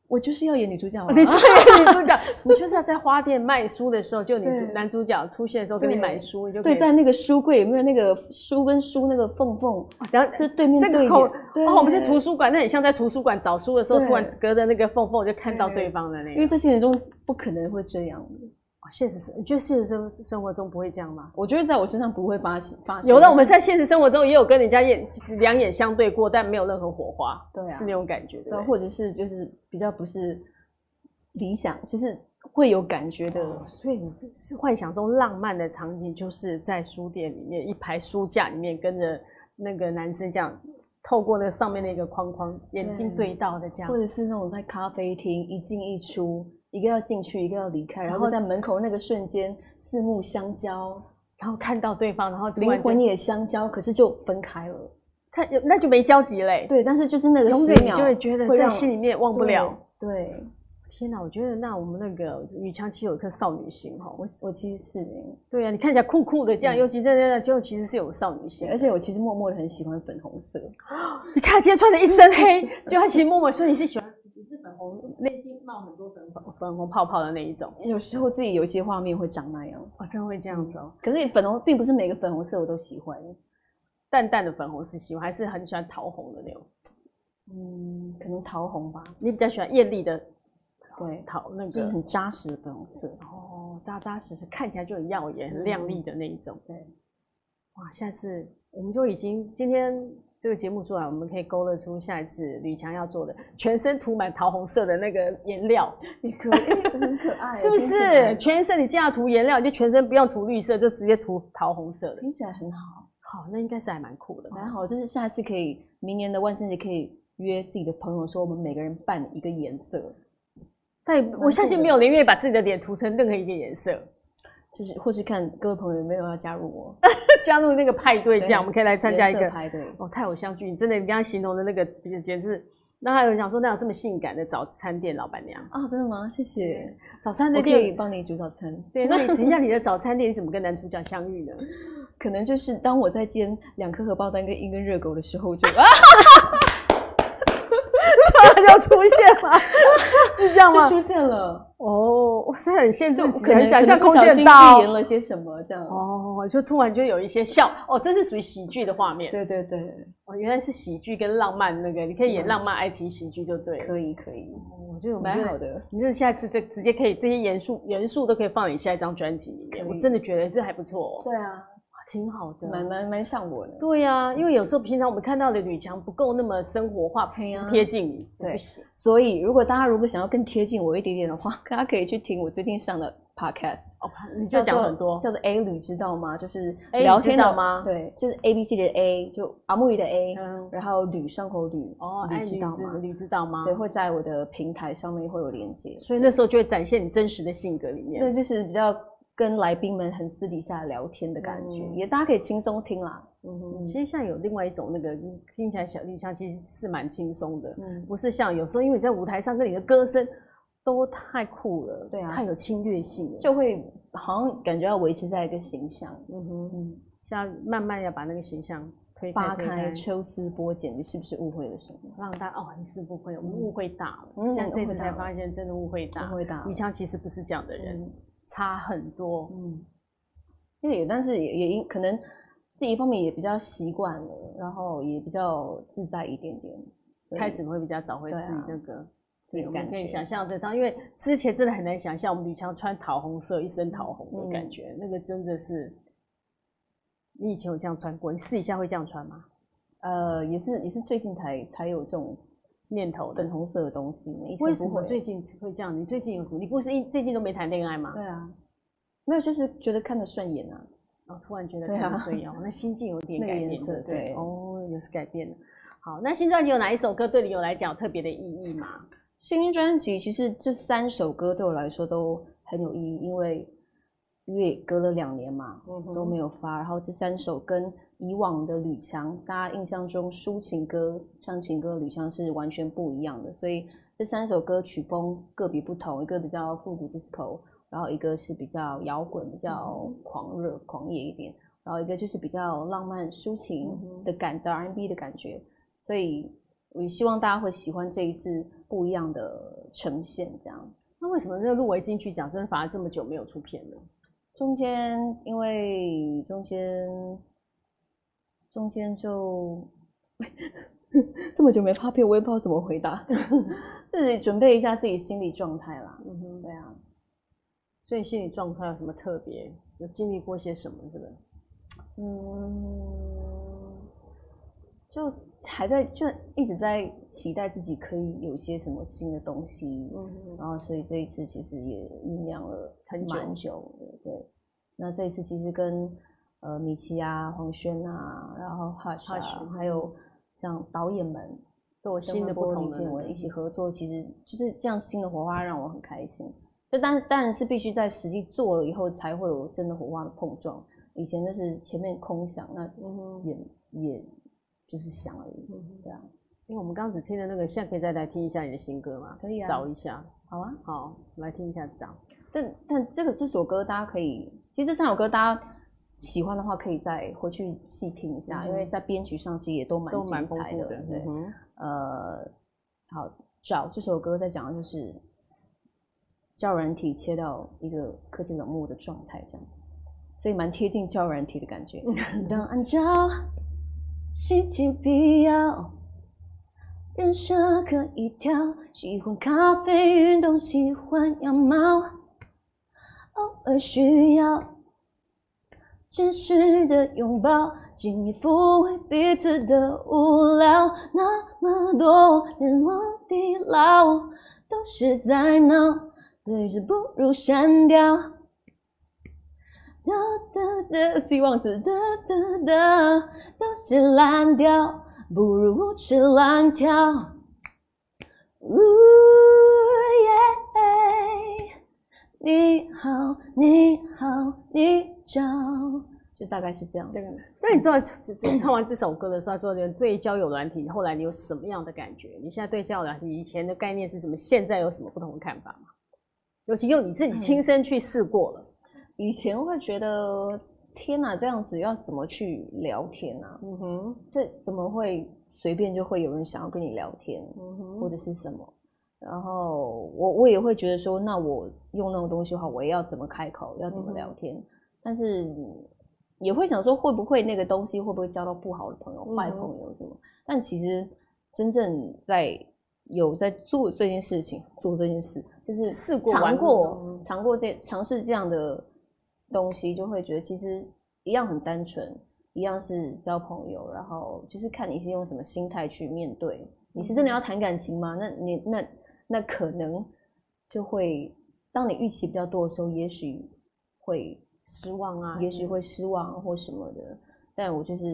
S2: 我就是要演女主角啊，
S1: 你哦就是要女主角， 你就是要在花店卖书的时候，就女主
S2: 对
S1: 男主角出现的时候给你买书，你就可以
S2: 对，在那个书柜有没有那个书跟书那个缝缝，
S1: 然后
S2: 就对面
S1: 这个
S2: 对
S1: 口
S2: 眼对
S1: 哦，我们去图书馆，那很像在图书馆找书的时候，
S2: 对
S1: 突然隔着那个缝缝就看到
S2: 对
S1: 对方的那
S2: 因为
S1: 个。
S2: 在现实中不可能会这样的，
S1: 哦现实生，你觉得现实生生活中不会这样吗？
S2: 我觉得在我身上不会发生发生，
S1: 有的，我们在现实生活中也有跟人家眼两眼相对过，但没有任何火花，
S2: 对啊
S1: 是那种感觉，对
S2: 对
S1: 不
S2: 啊，
S1: 对？
S2: 或者是就是比较不是理想，就是会有感觉的，
S1: 哦所以你是幻想中浪漫的场景，就是在书店里面一排书架里面跟着那个男生这样，透过那个上面那个框框，眼睛
S2: 对
S1: 对到的这样
S2: 或。者是那种在咖啡厅一进一出，一个要进去，一个要离开，然
S1: 然
S2: 后
S1: 后
S2: 在门口那个瞬间四目相交，
S1: 然后看到对方，然后突然
S2: 灵
S1: 就
S2: 魂也相交，可是就分开了。
S1: 他那就没交集嘞。
S2: 对，但是就是那个
S1: 永
S2: 十
S1: 远你
S2: 秒
S1: 就啊会觉得
S2: 会
S1: 在
S2: 让
S1: 心里面忘不了。
S2: 对。对
S1: 天哪，我觉得那我们那个于强其实有一颗少女心哈。
S2: 我我其实是耶，
S1: 对啊，你看起来酷酷的这样，
S2: 嗯
S1: 尤其在那就其实是有少女心
S2: 对
S1: 的。
S2: 而且我其实默默的很喜欢粉红色，
S1: 你看他今天穿的一身黑，就他其实默默说你是喜欢你是粉红，内心冒很多粉红粉红泡泡的那一种。
S2: 有时候自己有一些画面会长那样。
S1: 哦，真会这样子哦，
S2: 可是粉红并不是每个粉红色我都喜欢，
S1: 淡淡的粉红是喜欢，还是很喜欢桃红的那种。
S2: 嗯，可能桃红吧，
S1: 你比较喜欢艳丽的
S2: 对，
S1: 桃那
S2: 就是
S1: 个
S2: 很扎实的粉红色。
S1: 哦，扎扎实实，看起来就很耀眼、很亮丽的那一种。
S2: 对，
S1: 哇，下次我们就已经今天这个节目做完，我们可以勾勒出下一次吕强要做的全身涂满桃红色的那个颜料，
S2: 也可以，很可 爱，
S1: 是不
S2: 听起来
S1: 是？全身你既然要涂颜料，你就全身不用涂绿色，就直接涂桃红色的。
S2: 听起来很好，
S1: 好，那应该是还蛮酷的。
S2: 蛮好。就是下一次可以，明年的万圣节可以约自己的朋友说，我们每个人扮一个颜色，
S1: 但我相信没有人愿意把自己的脸涂成任何一个颜色。
S2: 就是或是看各位朋友有没有要加入我
S1: 加入那个派对，这
S2: 对
S1: 样我们可以来参加一
S2: 颜
S1: 个
S2: 色。派对。
S1: 哦，太偶像剧，你真的，你刚刚形容的那个简简直是。那还有人想说，那有这么性感的早餐店老板娘？
S2: 啊，真的吗？谢谢，
S1: 早餐
S2: 我
S1: 的
S2: 可以
S1: 店，
S2: 帮你煮早餐。
S1: 对，那你 请下你的早餐店你怎么跟男主角相遇呢？
S2: 可能就是当我在煎两颗荷包蛋跟一根热狗的时 候就，啊，
S1: 突然就出现了，是这样
S2: 就
S1: 吗？
S2: 出现了，
S1: 哦，哇塞，很限制
S2: 就
S1: 自己，
S2: 可能
S1: 很想
S2: 可能
S1: 象
S2: 不
S1: 空
S2: 小
S1: 间
S2: 心
S1: 大
S2: 预言
S1: 哦。
S2: 了些什么这样。
S1: 哦，就突然就有一些笑，哦，这是属于喜剧的画面。
S2: 对对对，
S1: 哦，原来是喜剧跟浪漫那个，你可以演
S2: 嗯
S1: 浪漫爱情喜剧就对了。
S2: 可以可以，
S1: 哦我觉得我们
S2: 蛮
S1: 这个
S2: 好的。
S1: 你这下次这直接可以这些元素元素都可以放你下一张专辑里面，
S2: 可以
S1: 我真的觉得这还不错、哦，
S2: 对啊，
S1: 挺好的。
S2: 蛮蛮蛮像我的。
S1: 对呀、因为有时候平常我们看到的女强不够那么生活化，
S2: 对呀
S1: 不贴近你，
S2: 对
S1: 不行。
S2: 所以，如果大家如果想要更贴近我一点点的话，大家可以去听我最近上的 podcast，
S1: 哦，你就讲很多
S2: 叫做 A 你知道吗？就是
S1: ，A
S2: 聊
S1: 你知
S2: 天的
S1: 道吗
S2: 对，就是 A B C 的 A，就阿木鱼的 A，、
S1: 嗯
S2: 然后吕上口吕，
S1: 哦，
S2: 你
S1: 哎，
S2: 知
S1: 你
S2: 道
S1: 知
S2: 吗？
S1: 你知道吗
S2: 对，？会在我的平台上面会有连接，
S1: 所以那时候就会展现你真实的性格里面。
S2: 那就是比较跟来宾们很私底下聊天的感觉，
S1: 嗯
S2: 也大家可以轻松听啦。
S1: 嗯
S2: 嗯
S1: 哼，其实像有另外一种那个听起来小女强其实是蛮轻松的，
S2: 嗯，
S1: 不是像有时候因为你在舞台上跟你的歌声都太酷了，
S2: 对啊
S1: 太有侵略性了。
S2: 就会好像感觉要维持在一个形象，
S1: 嗯哼。
S2: 嗯，
S1: 现在慢慢要把那个形象推开
S2: 扒
S1: 推
S2: 开
S1: 开，
S2: 抽丝剥茧，你是不是误会了什么？
S1: 让大家哦，你是不会，我们
S2: 嗯
S1: 误会大了。
S2: 嗯
S1: 现在这
S2: 误
S1: 次
S2: 会大
S1: 才
S2: 了
S1: 发现，真的误会大
S2: 误。会大
S1: 于强其实不是这样的人，
S2: 嗯
S1: 差很多。
S2: 嗯，因为也但是也也因可能自己一方面也比较习惯了，然后也比较自在一点点，所以
S1: 开始会比较找回自
S2: 嗯对
S1: 己
S2: 啊
S1: 那个。
S2: 这
S1: 我
S2: 个
S1: 们
S2: 感
S1: 可以
S2: 觉
S1: 想。象得到，因为之前真的很难想象我们吕强穿桃红色，一身桃红的感
S2: 嗯
S1: 觉，那个真的是。你以前有这样穿过？你试一下会这样穿吗？
S2: 呃，也是也是最近才才有这种
S1: 念头的
S2: 粉。红色的东西，以前
S1: 为什
S2: 不
S1: 么
S2: 会。
S1: 最近会这样？你最近有什么？你不是一最近都没谈恋爱吗？
S2: 对啊，没有，就是觉得看得顺眼啊。
S1: 然后哦突然觉得
S2: 对
S1: 看
S2: 啊
S1: 不顺眼，哦那心境有点
S2: 那个
S1: 改
S2: 颜
S1: 变，
S2: 色
S1: 对不对？
S2: 对
S1: 哦，也是改变了。好，那新专辑有哪一首歌对你有来讲有特别的意义吗？
S2: 新专辑其实这三首歌对我来说都很有意义，因为因为隔了两年嘛，都没有发。然后这三首跟以往的吕强，大家印象中抒情歌、唱情歌的吕强是完全不一样的，所以这三首歌曲风各比不同，一个比较复古 disco，然后一个是比较摇滚、比较狂热、狂野一点，然后一个就是比较浪漫、抒
S1: 嗯
S2: 情
S1: 哼
S2: 的感的 R&B 的感觉。所以我也希望大家会喜欢这一次不一样的呈现，这样。
S1: 那为什么这个入围金曲奖真的反而这么久没有出片呢？
S2: 中间因为中间中间就 这么久没发片，我也不知道怎么回 答，自己准备一下自己心理状态啦。
S1: 嗯哼，
S2: 对啊，
S1: 所以心理状态有什么特别？有经历过些什么？是不是？
S2: 嗯，就还在就一直在期待自己可以有一些什么新的东西，
S1: 嗯
S2: 然后所以这一次其实也酝酿了
S1: 很久
S2: 蛮久的，对。那这一次其实跟呃米奇啊、黄轩啊，然后 Hush 啊
S1: Hush，
S2: 还有像导演们
S1: 都有嗯
S2: 像
S1: 新的
S2: 惠
S1: 不
S2: 波
S1: 同
S2: 李
S1: 的
S2: 建
S1: 那
S2: 文
S1: 个嗯
S2: 一起合作，其实就是这样新的火花让我很开心。这当当然是必须在实际做了以后才会有真的火花的碰撞。以前就是前面空想，那
S1: 嗯哼，
S2: 也也就是想而已，
S1: 嗯哼
S2: 对啊。
S1: 因为我们刚刚只听的那个，现在可以再来听一下你的新歌吗？
S2: 可以啊
S1: 找一下，
S2: 好啊，
S1: 好，来听一下找。
S2: 但但这个这首歌大家可以，其实这三首歌大家喜欢的话，可以再回去细听一下，因为
S1: 嗯
S2: 在编曲上其实也都蛮
S1: 都
S2: 精
S1: 蛮丰
S2: 彩
S1: 富的，
S2: 对
S1: 嗯，哼
S2: 呃，好，找这首歌在讲的就是教软体切到一个科技冷漠的状态，这样，所以蛮贴近教软体的感觉。嗯当按照心情必要，人设可以调，喜欢咖啡、运动，喜欢养猫，偶尔需要真实的拥抱，尽力抚慰彼此的无聊。那么多难忘地老，都是在闹，对着不如删掉。哒哒哒，希望是哒哒哒，都是烂掉，不如吃烂条。呜耶！你好，你好，你找，就大概是这样。
S1: 那你知道这这唱完这首歌的时候，做的对交友软体，后来你有什么样的感觉？你现在对交友软体以前的概念是什么？现在有什么不同的看法吗？嗯尤其用你自己亲身去试过了，
S2: 以前会觉得，天哪，这样子要怎么去聊天啊？
S1: 嗯哼，
S2: 这怎么会随便就会有人想要跟你聊天，
S1: 嗯
S2: 或
S1: 哼，
S2: 者是什么？然后我我也会觉得说，那我用那种东西的话，我要怎么开口，要怎么
S1: 嗯
S2: 聊天？但是也会想说，会不会那个东西会不会交到不好的朋友、坏
S1: 嗯哼
S2: 朋友什么？但其实真正在有在做这件事情，做这件事就是
S1: 试过
S2: 尝
S1: 玩
S2: 过
S1: 过
S2: 尝过这尝试这样的东西，就会觉得其实一样很单纯，一样是交朋友，然后就是看你是用什么心态去面对。你是真
S1: 嗯
S2: 的要谈感情吗？那你那那可能就会，当你预期比较多的时候，也许会
S1: 失望啊，
S2: 也许，会失望或什么的。但我就是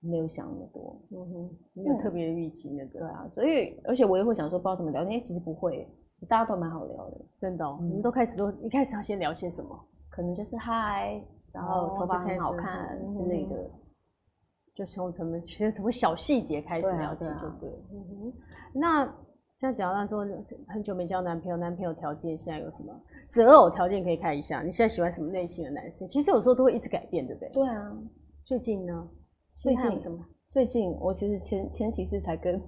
S2: 没有想那么多，
S1: 嗯哼，没有特别的预期那
S2: 对
S1: 个，
S2: 啊，所以而且我也会想说，不知道怎么聊天，其实不会，大家都蛮好聊的，
S1: 真的哦，
S2: 嗯
S1: 你们都开始都一开始要先聊些什么？
S2: 可能就是嗨，然后
S1: 哦
S2: 头发
S1: 就
S2: 很
S1: 开
S2: 好
S1: 始
S2: 看
S1: 嗯
S2: 之类的。
S1: 就从什么先从小细节开始
S2: 对啊
S1: 聊起
S2: 对啊
S1: 就对了。嗯哼，那像讲到说很久没交男朋友，男朋友条件现在有什么择偶条件可以看一下？你现在喜欢什么类型的男生？其实有时候都会一直改变，对不对？
S2: 对啊，
S1: 最近呢？
S2: 最
S1: 现在还有
S2: 近
S1: 什么？
S2: 最近我其实前前几次才跟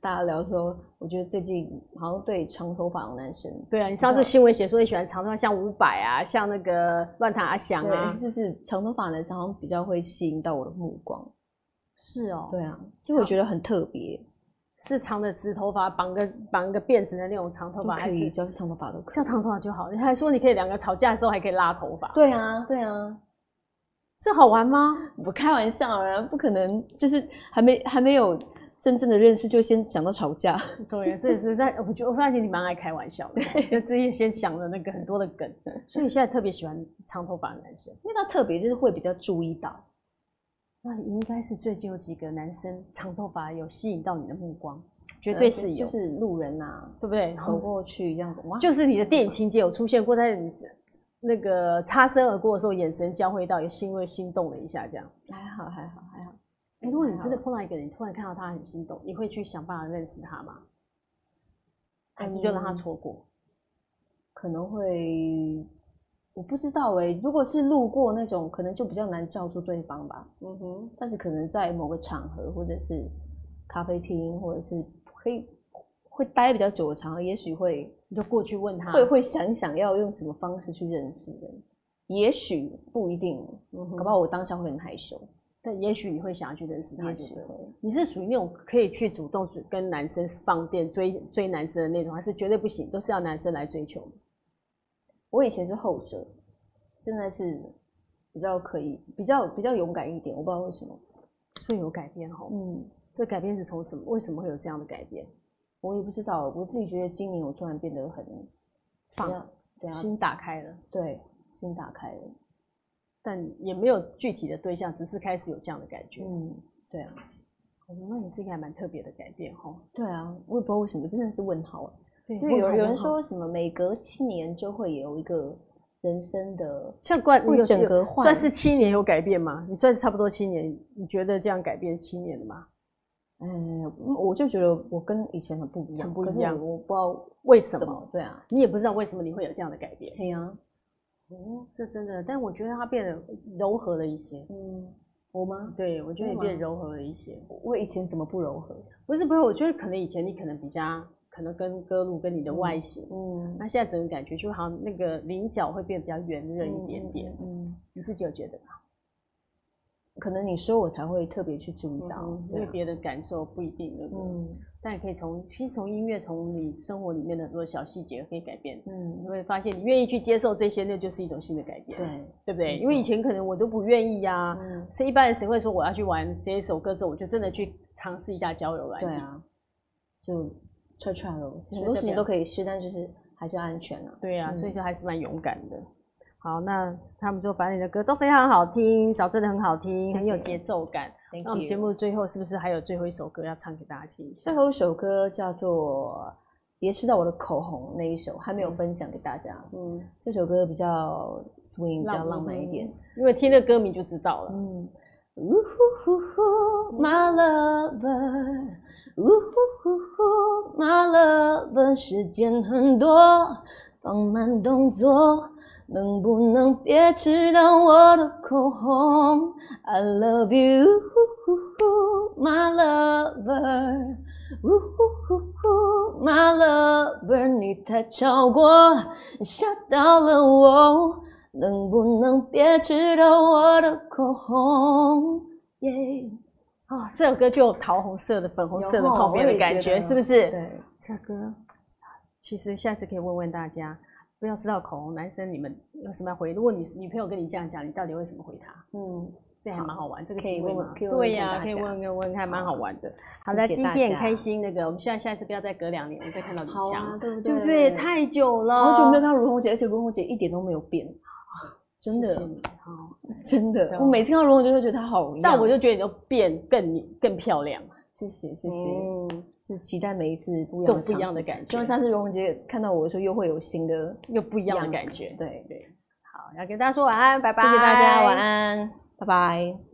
S2: 大家聊说，我觉得最近好像对长头发的男生，
S1: 对啊，你上次
S2: 像
S1: 新闻写说你喜欢长头发，像伍佰啊，像那个乱弹阿翔啊
S2: 对，，就是长头发的男生好像比较会吸引到我的目光。
S1: 是哦，
S2: 对啊，就我觉得很特别，
S1: 是长的直头发，绑个绑个辫子的那种长头
S2: 都
S1: 发，
S2: 可
S1: 还
S2: 以，
S1: 是
S2: 只要是长头发都可以。
S1: 像长头发就好？你还说你可以两个吵架的时候还可以拉头发，
S2: 对啊，对啊，
S1: 这好玩吗？
S2: 我开玩笑啊，不可能，就是还没还没有真正的认识就先想到吵架。
S1: 对，啊这也是在我觉得我发现你蛮爱开玩笑的， 就自己先想了那个很多的梗，所以你现在特别喜欢长头发的男生。
S2: 因为他特别就是会比较注意到，
S1: 那应该是最近有几个男生长头发有吸引到你的目光，绝对是
S2: 呃
S1: 有，
S2: 就是路人啊
S1: 对不对？
S2: 走过去这样子，哇，
S1: 就是你的电影情节有出现过，在你那个擦身而过的时候，眼神交汇到，有心会心动了一下，这样。
S2: 还好还好还好。
S1: 哎、如果你
S2: 还好
S1: 真的碰到一个人，你突然看到他很心动，你会去想办法认识他吗？还是就让他
S2: 嗯
S1: 错过？
S2: 可能会，我不知道哎、如果是路过那种，可能就比较难叫住对方吧。
S1: 嗯哼，
S2: 但是可能在某个场合，或者是咖啡厅，或者是可以会待比较久的场合，也许会
S1: 你就过去问他，
S2: 会会想想要用什么方式去认识人，也许不一定，
S1: 嗯
S2: 搞
S1: 哼，
S2: 不好我当下会很害羞，
S1: 但也许你会想要去认识他，
S2: 也
S1: 就
S2: 许
S1: 对了
S2: 会。
S1: 你是属于那种可以去主动去跟男生放电追追男生的那种，还是绝对不行，都是要男生来追求？
S2: 我以前是后者，现在是比较可以，比较比较勇敢一点，我不知道为什么。
S1: 所以有改变哈，
S2: 嗯，
S1: 这改变是从什么？为什么会有这样的改变？
S2: 我也不知道，我自己觉得今年我突然变得很
S1: 放，
S2: 对啊，
S1: 心打开了，
S2: 对，心打开了。
S1: 但也没有具体的对象，只是开始有这样的感觉。
S2: 嗯，对啊，
S1: 哦那也是一个还蛮特别的改变哈。
S2: 对啊，我也不知道为什么，真的是问号啊。
S1: 对
S2: 因为有人有人，说什么每隔七年就会有一个人生的，
S1: 像冠
S2: 会
S1: 你有
S2: 整
S1: 有
S2: 个换
S1: 算是七年有改变吗？你算是差不多七年，你觉得这样改变七年了吗？
S2: 呃，我就觉得我跟以前很不一样，
S1: 很不
S2: 可
S1: 一
S2: 是
S1: 样
S2: 我我不知道
S1: 为什
S2: 怎
S1: 么？
S2: 么，对啊，
S1: 你也不知道为什么你会有这样的改变。
S2: 对啊，
S1: 哦，是真的，但我觉得它变得柔和了一些。
S2: 嗯，我吗？
S1: 对，我觉得
S2: 真
S1: 你
S2: 的
S1: 变
S2: 吗
S1: 柔和了一些。
S2: 我以前怎么不柔和？
S1: 不是不是，我觉得可能以前你可能比较，可能跟歌路跟你的外形，
S2: 嗯，
S1: 那现在整个感觉就好像那个棱角会变得比较圆润一点点。
S2: 嗯，嗯
S1: 你自己有觉得吧？
S2: 可能你说我才会特别去注意
S1: 嗯
S2: 到
S1: 哼，因
S2: 对
S1: 为
S2: 啊，
S1: 别的感受不一定，对不对？
S2: 嗯
S1: 但也可以从其实从音乐，从你生活里面的很多小细节可以改变。你
S2: 嗯，
S1: 会发现，你愿意去接受这些，那就是一种新的改变，
S2: 对，
S1: 对不对？
S2: 没
S1: 因为以
S2: 错
S1: 前可能我都不愿意呀、
S2: 嗯，
S1: 所以一般人谁会说我要去玩这一首歌之后，我就真的去尝试一下交友软
S2: 对
S1: 件？，
S2: 啊，就 try try 咯，
S1: 随
S2: 很
S1: 随
S2: 多事情
S1: 便
S2: 都可以试，但就是还是要安全啊。
S1: 对啊，
S2: 嗯
S1: 所以说还是蛮勇敢的。好，那他们说反正你的歌都非常好听，找真的很好听，
S2: 谢
S1: 很有节
S2: 谢
S1: 奏感。
S2: Thank
S1: 那我们
S2: you
S1: 节目最后是不是还有最后一首歌要唱给大家听一下
S2: 最？后一首歌叫做《别吃到我的口红》那一首，还没有分享给大家。
S1: 嗯，
S2: 这首歌比较 swing，比较浪漫一点。，
S1: 因为听那歌名就知道了。
S2: 嗯，呜呼呼呼，My lover，呜呼呼呼，My lover，时间很多，放慢动作，能不能别吃到我的口红？I love you，呼呼呼，My lover，呜呼呼呼，My lover，你太超过，吓到了我。能不能别吃到我的口红？耶、
S1: 啊，这首歌就有桃红色的、粉红色的
S2: 有哦
S1: 泡面
S2: 我
S1: 的
S2: 也
S1: 感
S2: 觉
S1: 觉，
S2: 得
S1: 是不是？
S2: 对，
S1: 这歌其实下次可以问问大家，不要吃到口红，男生你们有什么要回？如果女女朋友跟你这样讲，你到底会怎么回她？
S2: 嗯，
S1: 这还蛮好玩，这个
S2: 可以
S1: 提问
S2: 问
S1: 嘛
S2: 可以问
S1: 对
S2: 问
S1: 呀、
S2: 大
S1: 可以
S2: 家
S1: 问问问，还蛮好玩的。好的，
S2: 谢谢
S1: 今
S2: 大
S1: 天很
S2: 家
S1: 开心，那个我们希望下一次不要再隔两年我们再看到李
S2: 好
S1: 强，
S2: 啊，对不
S1: 对
S2: 对？
S1: 不对？太久了，
S2: 好久没有看到如虹姐，而且如虹姐一点都没有变，真的
S1: 谢谢你好
S2: 真
S1: 对
S2: 的，
S1: 啊
S2: 我每次看到如虹姐都觉得她好一样
S1: 但我就觉得你都变更更漂亮，
S2: 谢谢谢
S1: 谢
S2: 谢，
S1: 谢，
S2: 就期待每一次不一
S1: 都嗯不
S2: 样的
S1: 一
S2: 尝
S1: 样的
S2: 试
S1: 感
S2: 希望
S1: 觉
S2: 下次如虹姐看到我的时候又会有新的
S1: 又不一样的
S2: 样
S1: 感
S2: 子
S1: 觉。
S2: 对，
S1: 对，好，要跟大家说晚安，拜拜，
S2: 谢谢大家，晚。安，拜拜。